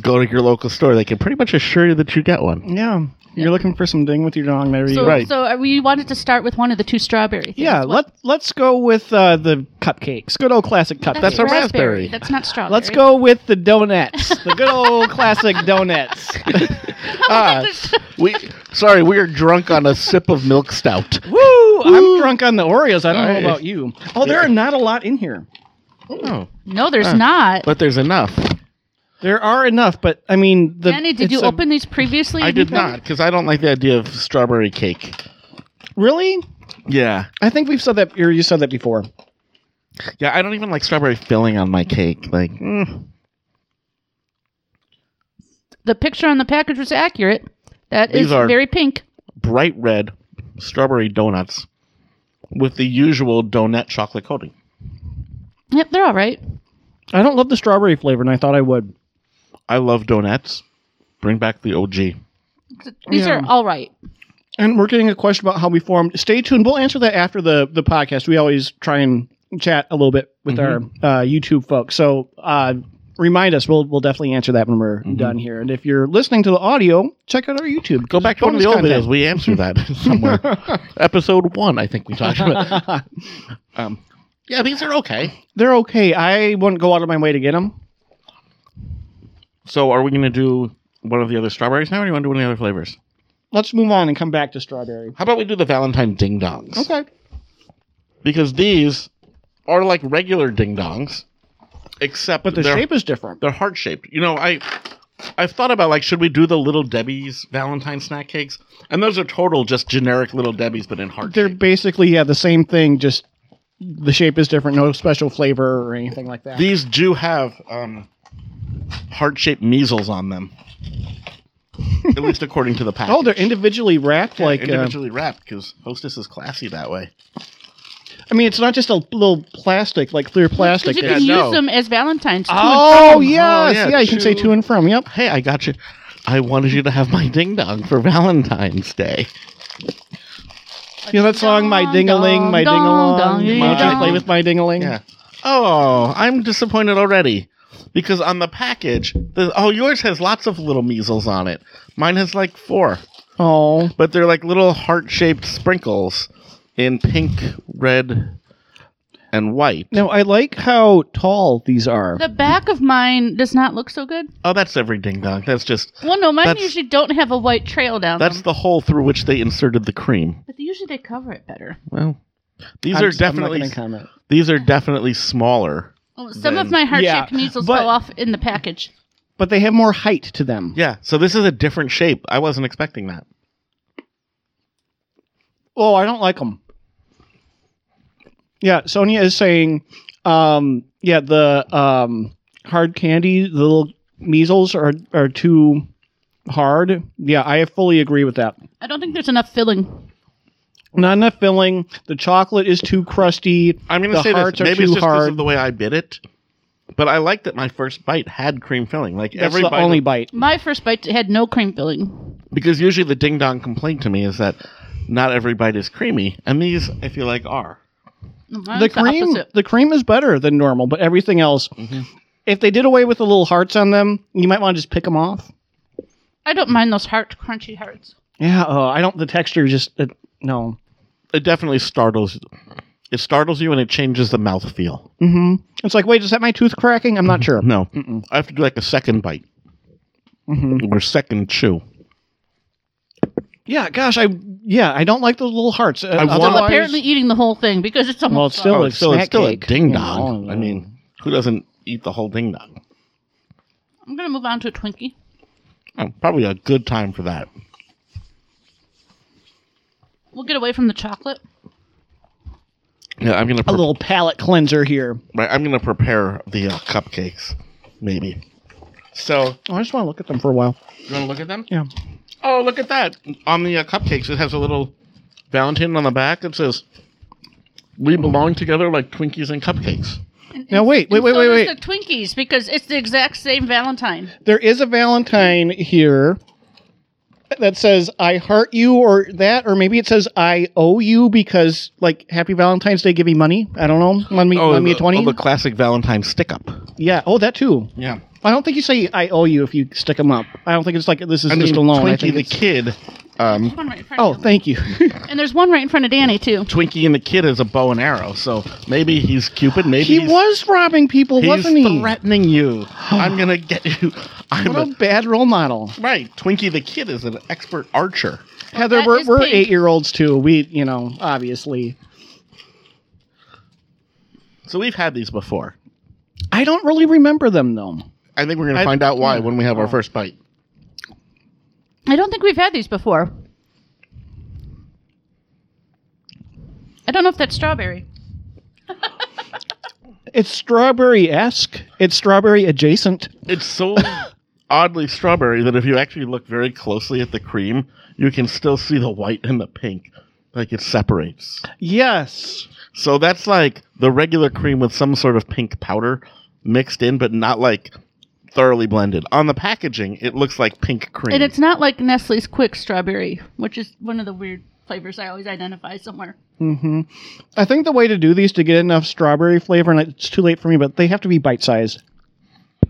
B: go to your local store they can pretty much assure you that you get one
C: yeah. You're looking for some ding with your dong. There you
A: so,
C: go.
B: right.
A: so uh, we wanted to start with one of the two strawberry. Things.
C: Yeah,
A: What-
C: let let's go with uh, the cupcakes. Good old classic cupcakes.
B: That's a raspberry.
A: That's not strawberry.
C: Let's go with the donuts. the good old classic donuts.
B: ah, we sorry we are drunk on a sip of milk stout
C: Woo! I'm
B: Woo.
C: drunk on the Oreos. I don't
B: Aye.
C: know about you. Oh, there are not a lot in here.
B: oh,
A: No, there's not.
B: but there's enough
C: There are enough, but I mean, the
A: Danny, did
C: it's
A: you
C: a-
A: open these previously?
B: i did not because i don't like the idea of strawberry cake
C: Really?
B: yeah
C: I think we've said that. Or you said that before.
B: yeah i don't even like strawberry filling on my cake like mm.
A: The picture on the package was accurate. That is
B: These are-
A: very pink.
B: bright red strawberry donuts with the usual donut chocolate coating.
A: Yep, they're all right.
C: I don't love the strawberry flavor, and I thought I would.
B: I love donuts. Bring back the OG.
A: These
C: Yeah.
A: are all right.
C: And we're getting a question about how we formed. Stay tuned. We'll answer that after the the
B: Mm-hmm.
C: podcast. We always try and chat a little bit with our uh, YouTube folks. So uh, remind us. We'll we'll definitely answer that when we're
B: Mhm.
C: done here. And if you're listening to the audio, check out our YouTube.
B: Go back to one of the
C: Bonus
B: old
C: content.
B: videos. We answer that somewhere. Episode one, I think we talked about. Um, yeah, these are okay.
C: They're okay. I wouldn't go out of my way to get them.
B: So, are we going to do one of the other strawberries now, or do you want to do any other flavors?
C: Let's move on and come back to strawberry.
B: How about we do the Valentine ding dongs?
C: Okay.
B: Because these are like regular ding dongs, except
C: But the
B: they're,
C: shape is different.
B: they're heart shaped. You know, I I've thought about like should we do the little Debbie's Valentine snack cakes? And those are total just generic little Debbie's, but in heart.
C: They're
B: shape.
C: basically yeah the same thing. Just the shape is different. No special flavor or anything like that.
B: These do have um, heart shaped measles on them, at least according to the package.
C: oh, they're individually wrapped. like uh,
B: individually wrapped because Hostess is classy that way.
C: I mean, it's not just a little plastic, like clear plastic.
A: Because you
B: Yeah,
A: can
B: no.
A: use them as Valentine's. too.
C: Oh,
B: yeah,
C: yes. yeah, you can say
B: two-
C: to and from. Yep.
B: Hey, I got you. I wanted you to have my ding dong for Valentine's Day.
C: You know that song, My
A: Dong,
C: Dingaling,
A: dong,
C: My
A: dong,
C: Dingalong?
A: dong,
C: Did you
B: dong.
C: play with My Dingaling?
B: Yeah. Oh, I'm disappointed already because on the package, the, oh, yours has lots of little measles on it. Mine has like four,
C: Oh.
B: but they're like little heart shaped sprinkles in pink, red, and white.
C: Now, I like how tall these are.
A: The back of mine does not look so good.
B: Oh, that's every ding dong. That's just
A: Well, no, mine
B: That's-
A: usually don't have a white trail down
B: that's
A: them,
B: the hole through which they inserted the cream.
A: but usually they cover it better.
B: Well, these
C: I'm
B: are
C: just- I'm not
B: definitely
C: gonna comment.
B: these are definitely smaller.
A: Oh, some of
B: Then-
A: my heart-shaped
C: Yeah,
A: measles
C: but-
A: go off in the package.
C: But they have more height to them.
B: Yeah, so this is a different shape. I wasn't expecting that.
C: Oh, I don't like them. Yeah, Sonia is saying, um, yeah, the um, hard candy, the little measles are, are too hard. Yeah, I fully agree with that.
A: I don't think there's enough filling.
C: Not enough filling. The chocolate is too crusty.
B: I'm going
C: The
B: to say this.
C: hearts are
B: Maybe
C: too
B: it's just because
C: hard.
B: of the way I bit it, but I like that my first bite had cream filling. Like
C: That's
B: every
C: the
B: bite,
C: only bite.
A: My first bite had no cream filling.
B: because usually the ding dong complaint to me is that not every bite is creamy, and these I feel like are.
A: Mine's
C: the cream
A: opposite.
C: the cream is better than normal but everything else
B: Mm-hmm.
C: if they did away with the little hearts on them you might want to just pick them off
A: I don't mind those heart crunchy hearts.
C: yeah oh i don't the texture just it, no
B: It definitely startles. It startles you, and it changes the mouth feel.
C: hmm it's like wait is that my tooth cracking i'm not sure
B: No, I have to do like a second bite
C: hmm
B: or second chew.
C: yeah gosh i yeah i don't like those little hearts Uh,
B: I want-
A: Still
B: Otherwise-
A: apparently eating the whole thing because it's almost
C: well it's still
B: oh,
C: a
B: it's still, it's
C: snack
B: still a
C: cake,
B: ding
C: you
B: dong.
C: know.
B: I mean, who doesn't eat the whole ding dong?
A: I'm gonna move on to a Twinkie.
B: Oh, probably a good time for that.
A: We'll get away from the chocolate.
B: Yeah, I'm gonna
C: a
B: pre-
C: little palate cleanser here
B: right, I'm gonna prepare the uh, cupcakes, maybe. So
C: Oh, i just want to look at them for a while
B: you want to look at them?
C: yeah
B: Oh, look at that! On the uh, cupcakes, it has a little Valentine on the back that says, "We belong together like Twinkies and cupcakes."
C: now wait wait
A: And
C: wait
A: so
C: wait
A: does
C: wait
A: The Twinkies because it's the exact same Valentine.
C: there is a valentine here that says i heart you or that or maybe it says i owe you because like happy valentine's day give me money i don't know lend me, lend me a 20
B: Oh, the classic Valentine stick up.
C: yeah oh that too
B: Yeah,
C: i don't think you say i owe you if you stick them up i don't think it's like this is
B: I mean,
C: just a loan I
B: Twinkie
C: think
B: the
C: it's-
B: kid.
A: There's
B: Um,
A: one right in front
C: oh
A: of you.
C: thank you
A: and there's one right in front of Danny too.
B: Twinkie and the kid is a bow and arrow, so maybe he's Cupid. Maybe
C: he
B: he's,
C: was robbing people
B: He's
C: wasn't he
B: threatening you. I'm gonna get you. I'm
C: what
B: a
C: a bad role model
B: Right. Twinkie the Kid is an expert archer.
C: heather
A: that
C: we're,
A: is
C: we're
A: pink.
C: eight year olds too we you know obviously
B: So we've had these before.
C: i don't really remember them though
B: I think we're going to
C: I-
B: find out why when we have our
C: Oh.
B: first bite.
A: I don't think we've had these before. I don't know if that's strawberry.
C: it's strawberry-esque it's strawberry adjacent
B: It's so oddly strawberry that if you actually look very closely at the cream, you can still see the white and the pink. Like it separates.
C: yes
B: So that's like the regular cream with some sort of pink powder mixed in, but not like thoroughly blended. On the packaging, it looks like pink cream.
A: And it's not like Nestle's Quick Strawberry, which is one of the weird flavors I always identify somewhere.
C: hmm I think the way to do these to get enough strawberry flavor, and it's too late for me, but they have to be bite sized.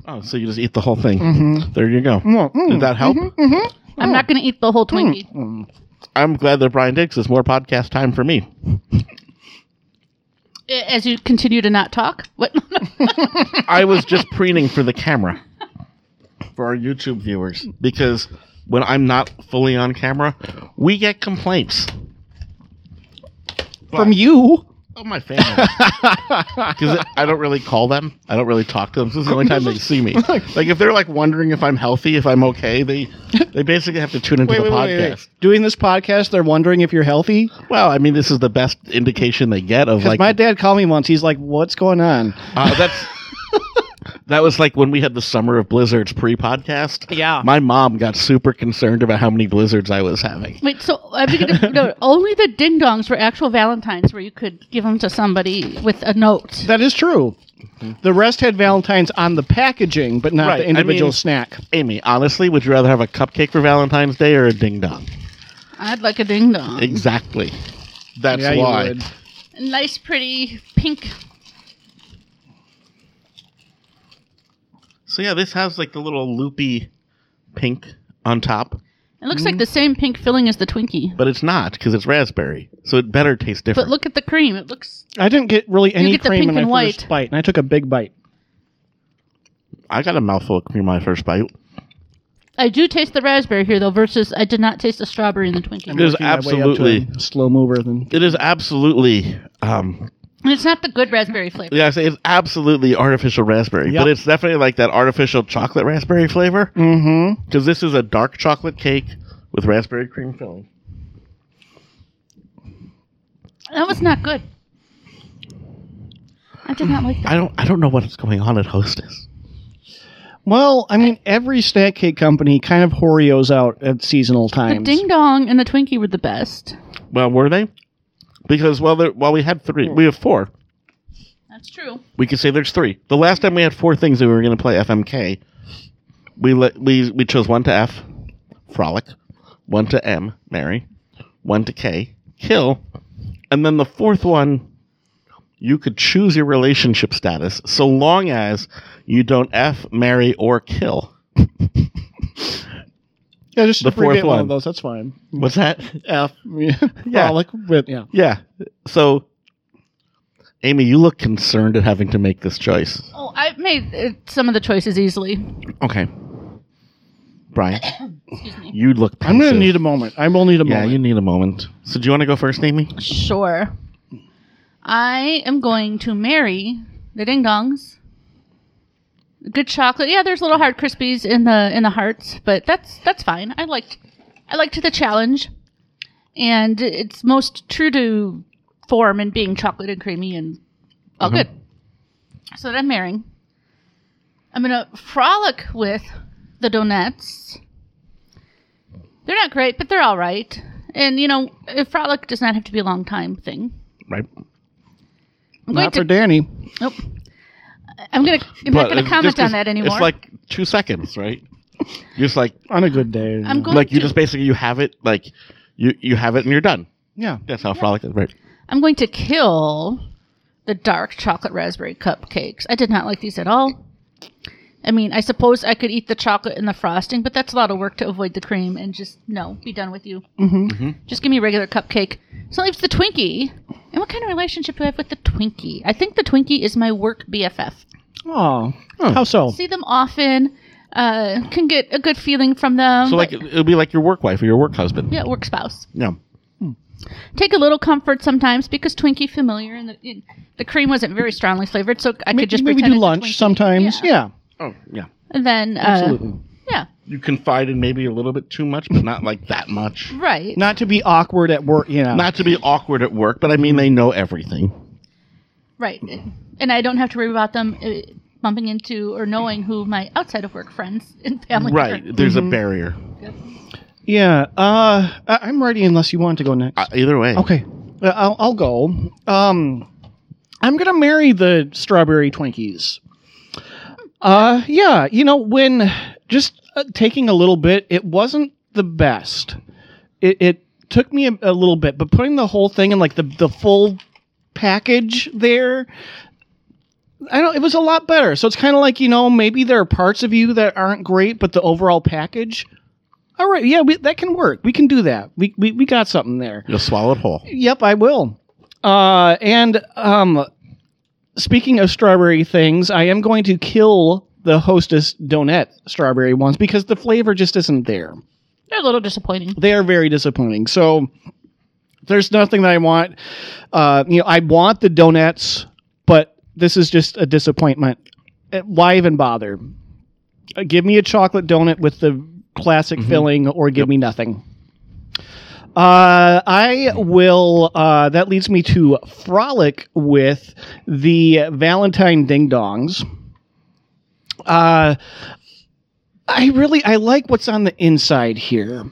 B: Oh, so you just eat the whole thing.
A: Mm-hmm.
C: Mhm.
B: There you go.
C: Mm, mm,
B: Did that help?
C: mhm,
A: I'm not going to eat the whole Twinkie.
C: mm.
B: I'm glad that Brian Diggs is more podcast time for me.
A: A- As you continue to not talk. What?
B: I was just preening for the camera for our YouTube viewers because when I'm not fully on camera, we get complaints.
C: From you?
B: Oh, my family. Because I don't really call them. I don't really talk to them. This is the only time they see me. Like if they're like wondering if I'm healthy, if I'm okay, they they basically have to tune into
C: Wait,
B: the
C: wait,
B: podcast.
C: wait, wait, wait. Doing this podcast, they're wondering if you're healthy?
B: Well, I mean, this is the best indication they get of
C: Because
B: like
C: my dad called me once. He's like, what's going on?
B: Uh, that's that was like when we had the summer of blizzards pre-podcast.
C: Yeah.
B: my mom got super concerned about how many blizzards I was having.
A: Wait, so I'm gonna, no, only the ding dongs were actual Valentines where you could give them to somebody with a note.
C: That is true. The rest had Valentine's on the packaging, but not
B: Mm-hmm. Right, I
C: the individual
B: mean-
C: snack.
B: Amy, honestly, would you rather have a cupcake for Valentine's Day or a ding dong?
A: I'd like a ding dong.
B: Exactly. That's
C: Yeah, you
B: why.
C: would.
A: nice, pretty pink.
B: So yeah, this has like the little loopy pink on top,
A: It looks like the same pink filling as the Twinkie.
B: but it's not because it's raspberry. So it better taste
A: But
B: different.
A: look at the cream. It looks.
C: I didn't get really any
A: get the
C: cream
A: pink
C: in my
A: and
C: first
A: white.
C: bite, and I took a big bite.
B: I got a mouthful of cream my first bite.
A: I do taste the raspberry here though, versus I did not taste the strawberry in the Twinkie.
B: It is
C: Working my way up to a
B: absolutely.
C: slow mover. Then
B: It is absolutely um,
A: And it's not the good raspberry flavor.
B: Yeah, I say it's absolutely artificial raspberry,
C: Yep.
B: but it's definitely like that artificial chocolate raspberry flavor
C: mm-hmm.
B: because this is a dark chocolate cake with raspberry cream filling.
A: That was not good. I did not like that.
B: I don't, I don't know what is going on at Hostess.
C: Well, I mean, every snack cake company kind of Horeos out at seasonal
A: The
C: times.
A: ding dong and the Twinkie were the best.
B: Well, were they? Because well, there, well, we had three. We have four.
A: That's true.
B: We could say there's three. The last time we had four things that we were going to play FMK, we let we we chose one to F, frolic, one to M, Mary, one to K, kill, and then the fourth one, you could choose your relationship status so long as you don't F, marry, or kill.
C: yeah, just
B: the
C: abbreviate
B: fourth
C: one.
B: one.
C: of those. That's fine.
B: What's that?
C: F. yeah. Frolic, but yeah.
B: Yeah. So, Amy, you look concerned at having to make this choice.
A: Oh, I made uh, some of the choices easily.
B: Okay. Brian,
A: Excuse me.
B: you look.
C: I'm gonna
B: pensive.
C: need a moment. I will need a
B: Yeah,
C: moment.
B: you need a moment. So, do you want to go first, Amy?
A: Sure. I am going to marry the ding dongs. Good chocolate. Yeah, there's little hard crispies in the in the hearts, but that's that's fine. I liked I liked the challenge. And it's most true to form in being chocolate and creamy and
C: Mm-hmm.
A: all good. So that I'm marrying. I'm gonna frolic with the donuts. They're not great, but they're all right. And you know, a frolic does not have to be a long time thing.
B: Right.
A: I'm going
C: Not for
A: to.
C: Danny.
A: nope. I'm gonna. I'm not going to comment on that anymore.
B: uh, It's like two seconds, right? You're just like,
C: On a good day.
A: I'm
C: yeah.
A: going
B: like you
A: to.
B: just basically you have it, like you you have it and you're done.
C: Yeah.
B: That's how frolic is, right?
A: I'm going to kill the dark chocolate raspberry cupcakes. I did not like these at all. I mean, I suppose I could eat the chocolate and the frosting, but that's a lot of work to avoid the cream and just no, be done with you. Mm-hmm. Just give me a regular cupcake. So that leaves the Twinkie. And what kind of relationship do I have with the Twinkie? I think the Twinkie is my work BFF.
C: Oh.
B: Oh.
C: How so?
A: See them often. Uh, can get a good feeling from them.
B: So like
A: but-
B: it- it'll be like your work wife or your work husband.
A: yeah, work spouse.
B: Yeah.
A: take a little comfort sometimes because Twinkie familiar and the, it, the cream wasn't very strongly flavored, so I could just
C: maybe
A: pretend
C: do
A: it's a
C: lunch
A: Twinkie.
C: sometimes.
A: Yeah.
C: Yeah.
B: Oh yeah.
A: And then uh,
C: Absolutely.
A: yeah,
B: You confide in maybe a little bit too much, but not like that much.
A: right.
C: Not to be awkward at work. You know.
B: Not to be awkward at work, but I mean they know everything.
A: Right. And I don't have to worry about them uh, bumping into or knowing who my outside of work friends and family
B: Right.
A: are.
B: There's a barrier.
C: Yeah. Uh, I- I'm ready unless you want to go next.
B: Uh, either way.
C: okay. Uh, I'll, I'll go. Um, I'm gonna marry the strawberry Twinkies. Uh, yeah. You know, when just uh, taking a little bit, it wasn't the best. It, it took me a, a little bit, but putting the whole thing in like the the full package there. I don't. It was a lot better. So it's kind of like you know maybe there are parts of you that aren't great, but the overall package. All right, yeah, we, that can work. We can do that. We we, we got something there.
B: You'll swallow it whole.
C: Yep, I will. Uh, and um, speaking of strawberry things, I am going to kill the hostess donut strawberry ones because the flavor just isn't there.
A: They're a little disappointing.
C: They are very disappointing. So there's nothing that I want. Uh, you know, I want the donuts, but this is just a disappointment. Uh, Why even bother? Uh, give me a chocolate donut with the classic filling, or give me nothing. Uh, I will. Uh, that leads me to frolic with the Valentine ding dongs. Uh, I really I like what's on the inside here.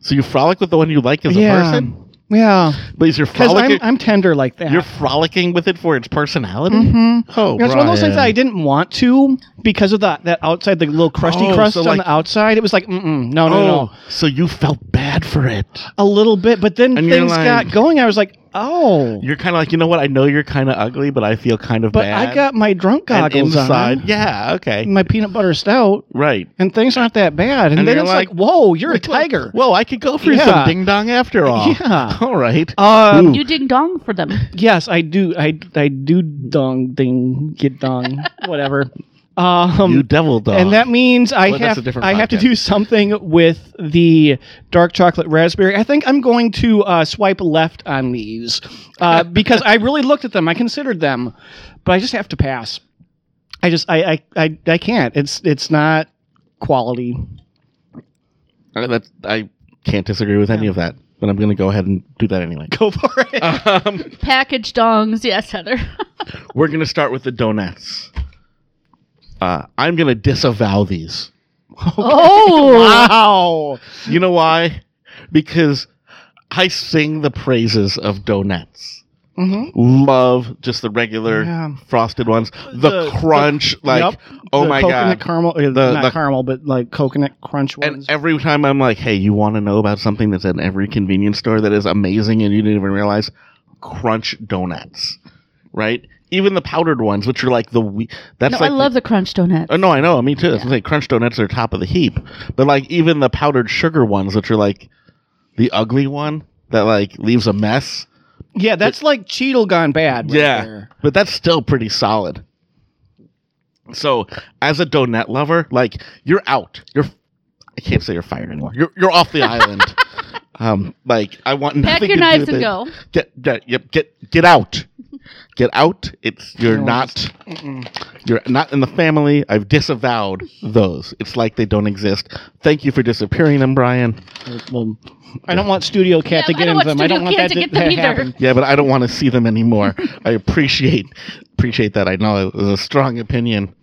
B: So you frolic with the one you like as a person,
C: Yeah.
B: but is your
C: Because I'm,
B: frolicking?
C: I'm tender like that.
B: you're frolicking with it for its personality.
C: Mhm.
B: Oh,
C: It's one of those things that I
B: Brian.
C: didn't want to because of that that outside, the little crusty
B: Oh,
C: crust
B: so
C: on
B: like-
C: the outside. It was like, mm-mm, no, no,
B: Oh,
C: no,
B: so you felt bad for it.
C: a little bit. But then
B: And you're
C: things
B: like-
C: got going. I was like, oh,
B: You're kind of like, you know what? I know you're kind of ugly, but I feel kind of
C: but
B: bad.
C: I got my drunk
B: and
C: goggles
B: inside.
C: on,
B: Yeah, okay,
C: my peanut butter stout,
B: right.
C: and things aren't that bad. And,
B: And
C: then
B: you're
C: it's like,
B: like,
C: whoa, you're a
B: Wait, wait.
C: tiger.
B: Whoa, I could go for
C: Yeah.
B: some ding dong after all.
C: Yeah.
B: All right.
C: Um,
B: Ooh.
A: You ding dong for them.
C: Yes, I do. I I do dong ding get dong whatever. Um,
B: you devil dog.
C: and that means I
B: Well, that's a
C: have
B: different
C: I have to
B: podcast.
C: do something with the dark chocolate raspberry. I think I'm going to uh, swipe left on these uh, because I really looked at them. I considered them, but I just have to pass. I just I I I, I can't. It's it's not quality.
B: Uh, that- I can't disagree with any of that, but I'm going to go ahead and do that anyway.
C: Go for it.
B: Um,
A: Package dongs, yes, Heather.
B: we're going to start with the donuts. Uh, I'm going to disavow these.
A: Oh,
C: Wow.
B: You know why? Because I sing the praises of donuts.
C: Mhm.
B: Love just the regular
C: Yeah.
B: frosted ones. The,
C: The-
B: crunch, like,
C: Yep.
B: oh
C: The
B: my
C: coconut
B: God.
C: caramel. uh,
B: The-
C: not
B: the-
C: caramel, but like coconut crunch
B: and
C: ones.
B: every time I'm like, hey, you want to know about something that's at every convenience store that is amazing and you didn't even realize? Crunch donuts, right? Even the powdered ones, which are like the we- that's
A: no, I
B: like
A: love the crunch donut.
B: The, oh, no, I know, me too. That's
A: Yeah.
B: like crunch donuts are top of the heap, but like even the powdered sugar ones, which are like the ugly one that like leaves a mess.
C: yeah, that's like Cheetle gone bad. right
B: Yeah.
C: there.
B: but that's still pretty solid. So, as a donut lover, like you're out. You're I can't say you're fired anymore. You're you're off the island. Um, like I want
A: Pack
B: nothing
A: your
B: to do
A: knives
B: with
A: and
B: it.
A: go.
B: Get get yep, get get out. Get out. It's you're
C: No,
B: not
C: Mm-mm.
B: you're not in the family. I've disavowed those. It's like they don't exist. Thank you for disappearing them, Brian.
C: Well, I don't want Studio
A: Yeah,
C: Cat to
A: I
C: get
A: don't
C: in
A: want
C: them. I don't
A: Studio
C: want
A: Cat
C: that
A: to
C: to,
A: get them
C: that
A: either.
C: happen.
B: Yeah, but I don't want to see them anymore. I appreciate appreciate that. I know it was a strong opinion,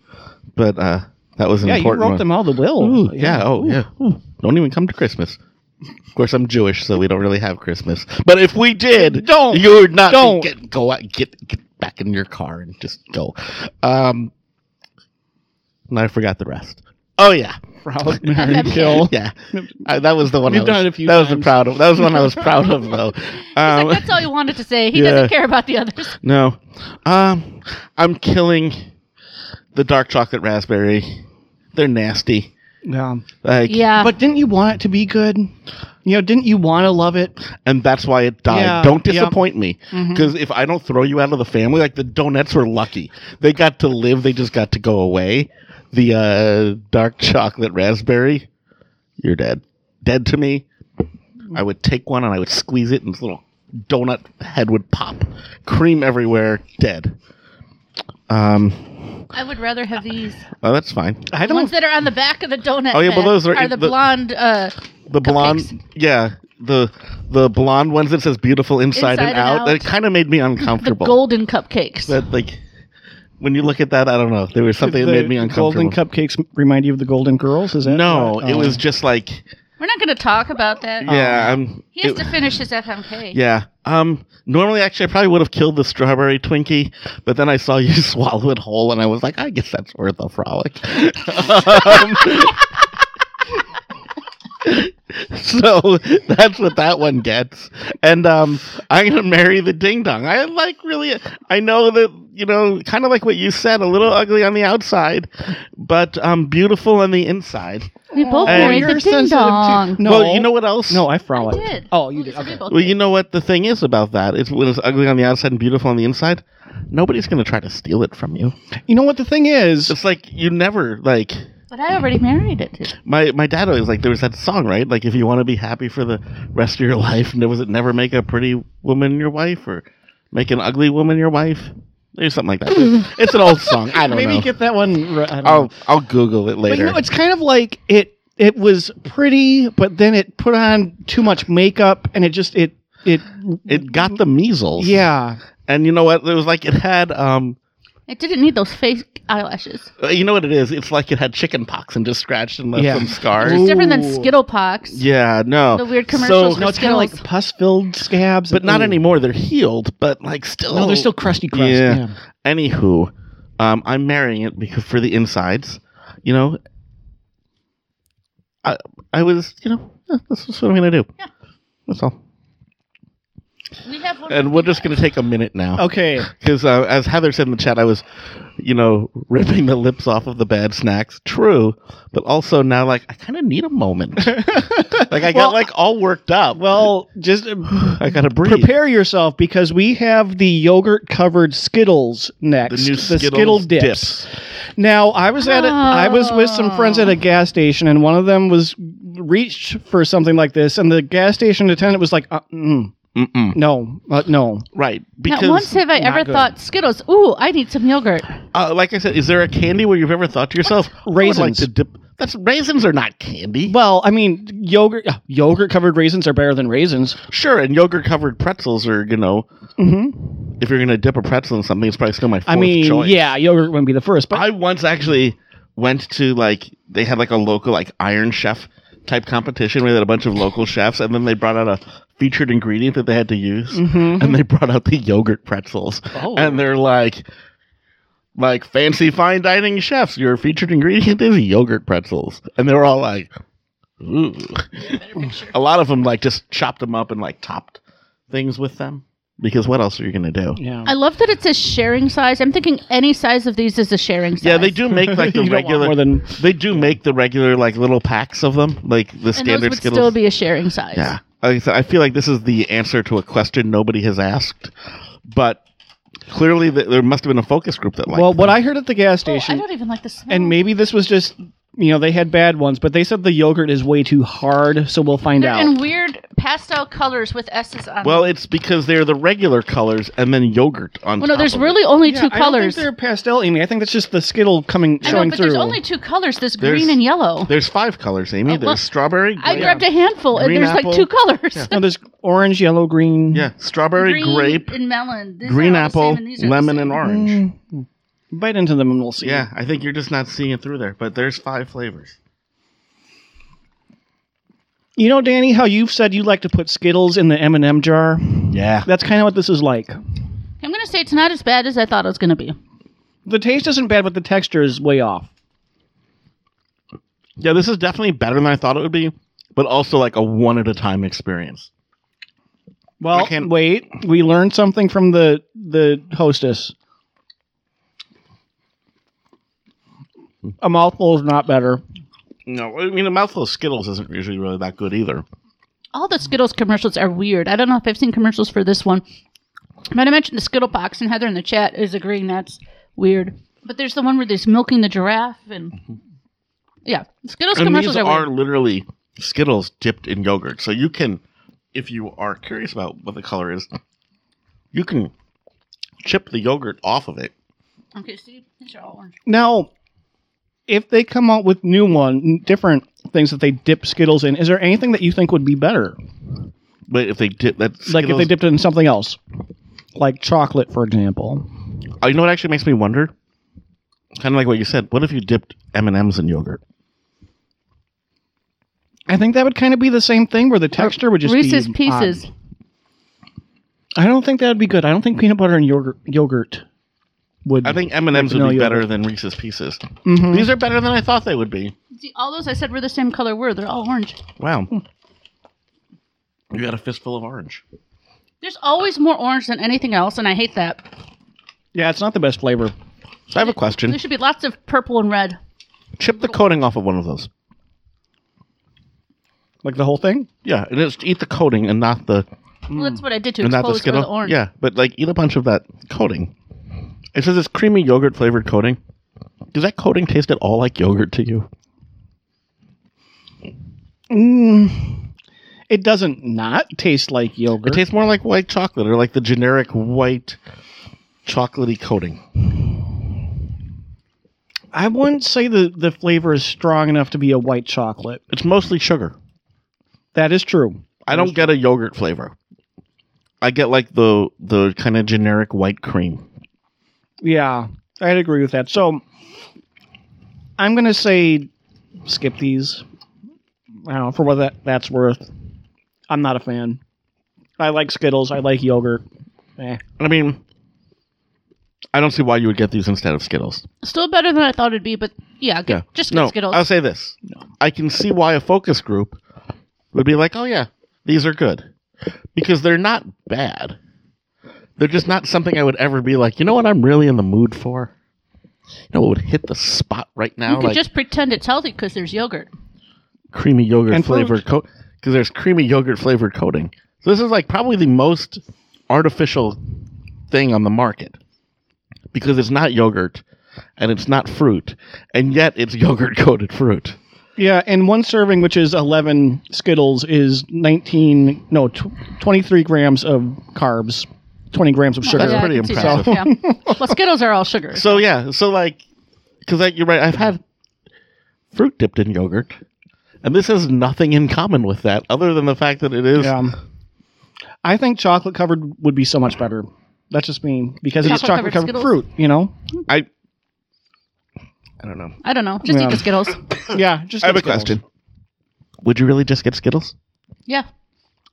B: but uh, that was an
C: Yeah, you
B: important
C: wrote
B: one.
C: them all the will.
B: Ooh, yeah. Oh, yeah. Ooh, Don't even come to Christmas. Of course, I'm Jewish, so we don't really have Christmas. But if we did,
C: Don't.
B: you're not
C: Don't.
B: get go out, get get back in your car and just go. Um, and I forgot the rest. Oh yeah,
C: Frolic, Mary, Kill.
B: yeah. I, that was the one.
C: You've
B: I was,
C: done it a few
B: That was the
C: times.
B: proud. Of, that was one I was proud of though.
A: He's
B: Um,
A: like, that's all he wanted to say. He
B: yeah.
A: doesn't care about the others.
B: No. Um, I'm killing the dark chocolate raspberry. They're nasty.
C: Yeah.
B: Like,
A: Yeah,
C: But didn't you want it to be good? You know, didn't you want to love it?
B: And that's why it died.
C: Yeah,
B: don't
C: yeah.
B: disappoint me. Because if I don't throw you out of the family, like the donuts were lucky. They got to live, they just got to go away. The uh, dark chocolate raspberry, you're dead. Dead to me. I would take one and I would squeeze it, and this little donut head would pop. Cream everywhere, dead. Um,
A: I would rather have these.
B: oh, that's fine.
C: I
A: The
C: don't.
A: ones that are on the back of the donut.
B: Oh, yeah, well,
A: head
B: those are-
A: the,
B: the-
A: blonde. Uh,
B: the blonde
A: Cupcakes.
B: yeah the the blonde ones that says beautiful inside,
A: Inside
B: and,
A: and
B: out,
A: out.
B: that kind of made me
A: the
B: uncomfortable
A: golden cupcakes.
B: that like when you look at that i don't know there was something that made me
C: the
B: uncomfortable
C: Golden cupcakes m- remind you of the Golden Girls? Is that
B: no
C: why?
B: it
C: Oh.
B: was just like
A: We're not going to talk about that.
B: yeah i'm
A: Oh. He has
B: it-
A: to finish his FMK.
B: yeah um normally actually i probably would have killed the strawberry twinkie but then i saw you swallow it whole and i was like i guess that's worth a frolic um, so that's what that one gets. And um, I'm gonna marry the ding dong. I like really. I know that you know, kind of like what you said, a little ugly on the outside, but um, beautiful on the inside.
A: We both
B: And-
A: married
C: You're
A: the
C: sensitive
A: ding
C: to-
A: dong.
C: No,
B: Well, you know what else?
C: No, I frolicked.
A: did.
C: Oh, you
A: We
C: did.
A: both
C: Okay.
B: Well, you know what the thing is about that. It's when it's ugly on the outside and beautiful on the inside. Nobody's gonna try to steal it from you.
C: You know what the thing is?
B: It's like you never like.
A: But I already married it.
B: My my dad always like there was that song right like if you want to be happy for the rest of your life and there was it never make a pretty woman your wife or make an ugly woman your wife there's something like that it's an old song I don't
C: Maybe
B: know
C: get that one. ri- I don't know.
B: I'll I'll Google it
C: But you
B: later
C: know, it's kind of like it. It was pretty, but then it put on too much makeup, and it just it it
B: it got the measles
C: yeah.
B: and you know what it was like it had um uh,
A: It didn't need those fake eyelashes.
B: you know what it is it's like it had chicken pox and just scratched and left
C: Yeah.
B: some
A: It's
B: scars
A: just different than
C: Ooh.
A: Skittle Pox.
B: yeah no
A: The weird commercials
B: so,
A: for
C: No, it's kind of
A: Skittles.
C: like pus filled scabs,
B: but not
C: Ooh.
B: anymore they're healed but like still
C: No, they're still crusty crust.
B: Yeah.
C: Yeah.
B: Anywho, um, I'm marrying it because for the insides, you know. I I was you know eh, this is what I'm gonna do.
A: Yeah.
B: That's all.
A: we have one
B: And we're just gonna take a minute now
C: Okay.
B: because uh, as Heather said in the chat, I was, you know, ripping the lips off of the bad snacks. True, but also now like I kind of need a moment. like I
C: Well,
B: got like all worked up.
C: Well, just uh,
B: I gotta breathe.
C: prepare yourself because we have the yogurt covered Skittles
B: the
C: next.
B: new Skittles
C: Skittle
B: dips.
C: Now, I was at a, I was with some friends
B: Ah.
C: at a gas station, and one of them was reached for something like this, and the gas station attendant was like, uh, mm,
B: Mm-mm.
C: "No, uh, no."
B: Right,
A: Not
B: because
A: once have I
C: not
A: ever
C: good.
A: thought Skittles. Ooh, I need some yogurt.
B: Uh, like I said, is there a candy where you've ever thought to yourself, I would Like
C: Raisins.
B: to dip- that's raisins are not candy.
C: Well, I mean, yogurt uh, yogurt covered raisins are better than raisins.
B: sure, and yogurt covered pretzels are you know
C: hmm
B: if you're gonna dip a pretzel in something, it's probably still my fourth
C: I mean,
B: choice.
C: yeah, yogurt wouldn't be the first, but
B: I once actually went to like they had like a local like Iron Chef type competition where they had a bunch of local chefs, and then they brought out a featured ingredient that they had to use,
C: Mhm.
B: and they brought out the yogurt pretzels,
C: Oh.
B: and they're like. Like fancy fine dining chefs, your featured ingredient is yogurt pretzels, and they were all like, "Ooh!" A lot of them like just chopped them up and like topped things with them because what else are you gonna do?
C: yeah.
A: I love that it says sharing size. I'm thinking any size of these is a sharing size.
B: Yeah, they do make like the
C: You don't want
B: regular.
C: more than
B: They do make the regular like little packs of them, like the
A: And those
B: standard
A: would
B: Skittles.
A: still be a sharing size.
B: yeah, like I, said, I feel like this is the answer to a question nobody has asked, but clearly th- there must have been a focus group that liked.
C: well,
B: them.
C: what I heard at the gas
A: Oh, I
C: station,
A: don't even like the smell.
C: and maybe this was just you know they had bad ones, but they said the yogurt is way too hard, so we'll find
A: They're
C: out.
A: in weird pastel colors with S's on.
B: well,
A: them.
B: it's because they're the regular colors and then yogurt on.
A: well, Oh, no,
B: top
A: there's
B: of
A: really only
C: Yeah,
A: two
C: I don't think
A: colors.
C: they're pastel, Amy. I think that's just the Skittle coming
A: I
C: showing
A: know, but
C: through.
A: there's only two colors. There's
B: There's-
A: green and yellow.
B: It. There's five colors, Amy.
A: Oh,
B: there's
A: well,
B: strawberry.
A: I
B: grape-
A: grabbed a handful, and
B: Green
A: there's
B: apple.
A: like two colors.
B: Yeah.
C: no, there's orange, yellow, green.
B: yeah, strawberry
A: green
B: grape,
A: and melon. These
B: green
A: are all the
B: apple,
A: same, and these are the
B: lemon,
A: same.
B: and orange.
C: Mm. Bite into them and we'll see.
B: Yeah, I think you're just not seeing it through there, but there's five flavors.
C: You know, Danny, how you've said you like to put Skittles in the M and m jar.
B: Yeah.
C: That's kind of what this is like.
A: I'm gonna say it's not as bad as I thought it was gonna be.
C: The taste isn't bad, but the texture is way off.
B: Yeah, this is definitely better than I thought it would be, but also like a one at a time experience. I
C: Well,
B: can't-
C: wait, we learned something from the the hostess. A mouthful is not better.
B: No, I mean a mouthful of Skittles isn't usually really that good either.
A: All the Skittles commercials are weird. I don't know if I've seen commercials for this one. But I mentioned the Skittle box, and Heather in the chat is agreeing that's weird. But there's the one where they're milking the giraffe, and yeah, Skittles
B: Mm-hmm. and
A: commercials
B: these
A: are,
B: are,
A: weird.
B: literally Skittles dipped in yogurt. So you can if you are curious about what the color is, you can chip the yogurt off of it.
A: Okay, see, these are all orange.
C: Now, if they come out with new one, different things that they dip Skittles in, is there anything that you think would be better?
B: But if they dip that
C: Like if
B: Skittles-
C: they dipped it in something else, like chocolate, for example.
B: Oh, you know what actually makes me wonder? Kind of like what you said. What if you dipped M and M's in yogurt?
C: I think that would kind of be the same thing, where the texture would just
A: Reese's
C: be
A: Pieces.
C: odd. I don't think that would be good. I don't think peanut butter and yogurt yogurt would. Mm-hmm.
B: I think M and M's would
C: No
B: be
C: yogurt. Hmm.
B: better than Reese's Pieces. These are better than I thought they would be.
A: See, all those I said were the same color were. They're all orange.
B: Wow. You got a fistful of orange.
A: There's always more orange than anything else, and I hate that.
C: Yeah, it's not the best flavor.
B: So I have a
A: There
B: question.
A: should be lots of purple and red.
B: Chip the coating off of one of those.
C: Like the whole thing?
B: Yeah, and just eat the coating and not the
A: Well, that's what I did to
B: Mm. and not the
A: expose for
B: skin.
A: the orange.
B: Yeah, but like eat a bunch of that coating. It says this creamy yogurt flavored coating. Does that coating taste at all like yogurt to you?
A: Mm.
C: It doesn't not taste like yogurt.
B: It tastes more like white chocolate or like the generic white chocolatey coating.
C: I wouldn't say the, the flavor is strong enough to be a white chocolate.
B: It's mostly sugar.
C: That is true.
B: I don't get a yogurt flavor. I get like the the kind of generic white cream.
C: Yeah, I'd agree with that. So I'm going to say skip these. I don't know, for what that, that's worth. I'm not a fan. I like Skittles. I like yogurt. Eh.
B: I mean, I don't see why you would get these instead of Skittles.
A: Still better than I thought it'd be, but yeah, get, just get
B: no,
A: Skittles.
B: I'll say this. I can see why a focus group would be like, "Oh yeah, these are good," because they're not bad. They're just not something I would ever be like. You know what? I'm really in the mood for. You know what would hit the spot right
A: you
B: now?
A: could
B: Like
A: just pretend it's healthy because there's yogurt.
B: creamy yogurt
C: And fruit.
B: flavored coat because there's creamy yogurt flavored coating. So this is like probably the most artificial thing on the market because it's not yogurt and it's not fruit and yet it's yogurt coated fruit.
C: Yeah, and one serving, which is 11 Skittles, is 19, no, tw- 23 grams of carbs, 20 grams of sugar.
B: That's
A: yeah, I
B: pretty
A: can see that, yeah. well, Skittles are all sugar.
B: So yeah, so like cuz like you're right, I've had fruit dipped in yogurt. And this has nothing in common with that other than the fact that it is
C: Yeah. I think chocolate covered would be so much better. That's just me because it's chocolate
A: Chocolate-covered
C: covered
A: Skittles?
C: fruit, you know?
B: I I don't know.
A: I don't know. Just
C: Yeah.
A: eat the Skittles.
C: Yeah, just
B: I have a
C: Skittles.
B: question. Would you really just get Skittles?
A: Yeah.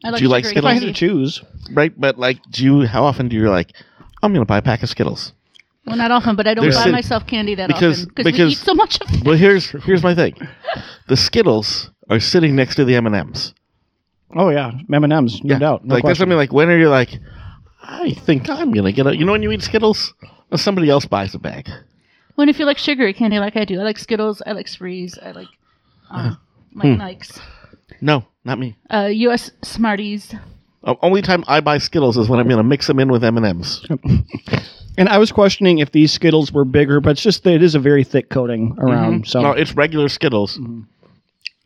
A: I
B: Do you like
A: sugary
C: If I had
B: Skittles?
C: to
A: candy.
C: choose,
B: Right, but like, do you? How often do you like? I'm gonna buy a pack of Skittles.
A: Well, not often, but I don't
B: They're
A: buy
B: sit-
A: myself candy that
B: because-
A: often because
B: because-
A: we eat so much of it.
B: Well, here's here's my thing. The Skittles are sitting next to the M and M's.
C: oh yeah, M and M's, no doubt, no
B: like that's
C: question.
B: something like when are you like? I think I'm gonna get a. You know when you eat Skittles, Well, somebody else buys a bag.
A: When if you like sugary candy like I do, I like Skittles, I like Sprees, I like
C: Uh-huh.
A: um, like
C: Hmm.
A: Nikes,
B: No, not me.
A: uh, U.S. Smarties.
B: O- only time I buy Skittles is when I'm gonna mix them in with M and M's.
C: And I was questioning if these Skittles were bigger, but it's just that it is a very thick coating around. So
B: No, it's regular Skittles
C: Mm-hmm.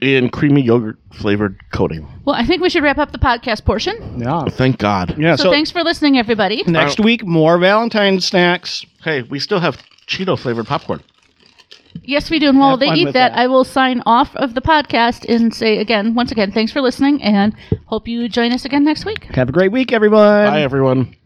B: in creamy yogurt flavored coating.
A: Well, I think we should wrap up the podcast portion.
C: yeah,
B: Thank God.
C: yeah.
A: So,
C: Uh, So,
A: thanks for listening, everybody.
B: Oh.
C: next week, more Valentine's snacks.
B: Hey, we still have Cheeto flavored popcorn.
A: Yes, we do. And while
C: Have
A: they
C: fun
A: eat
C: with
A: that,
C: that.
A: I will sign off of the podcast and say again, once again, thanks for listening, and hope you join us again next week.
C: Have a great week, everyone.
B: Bye, everyone.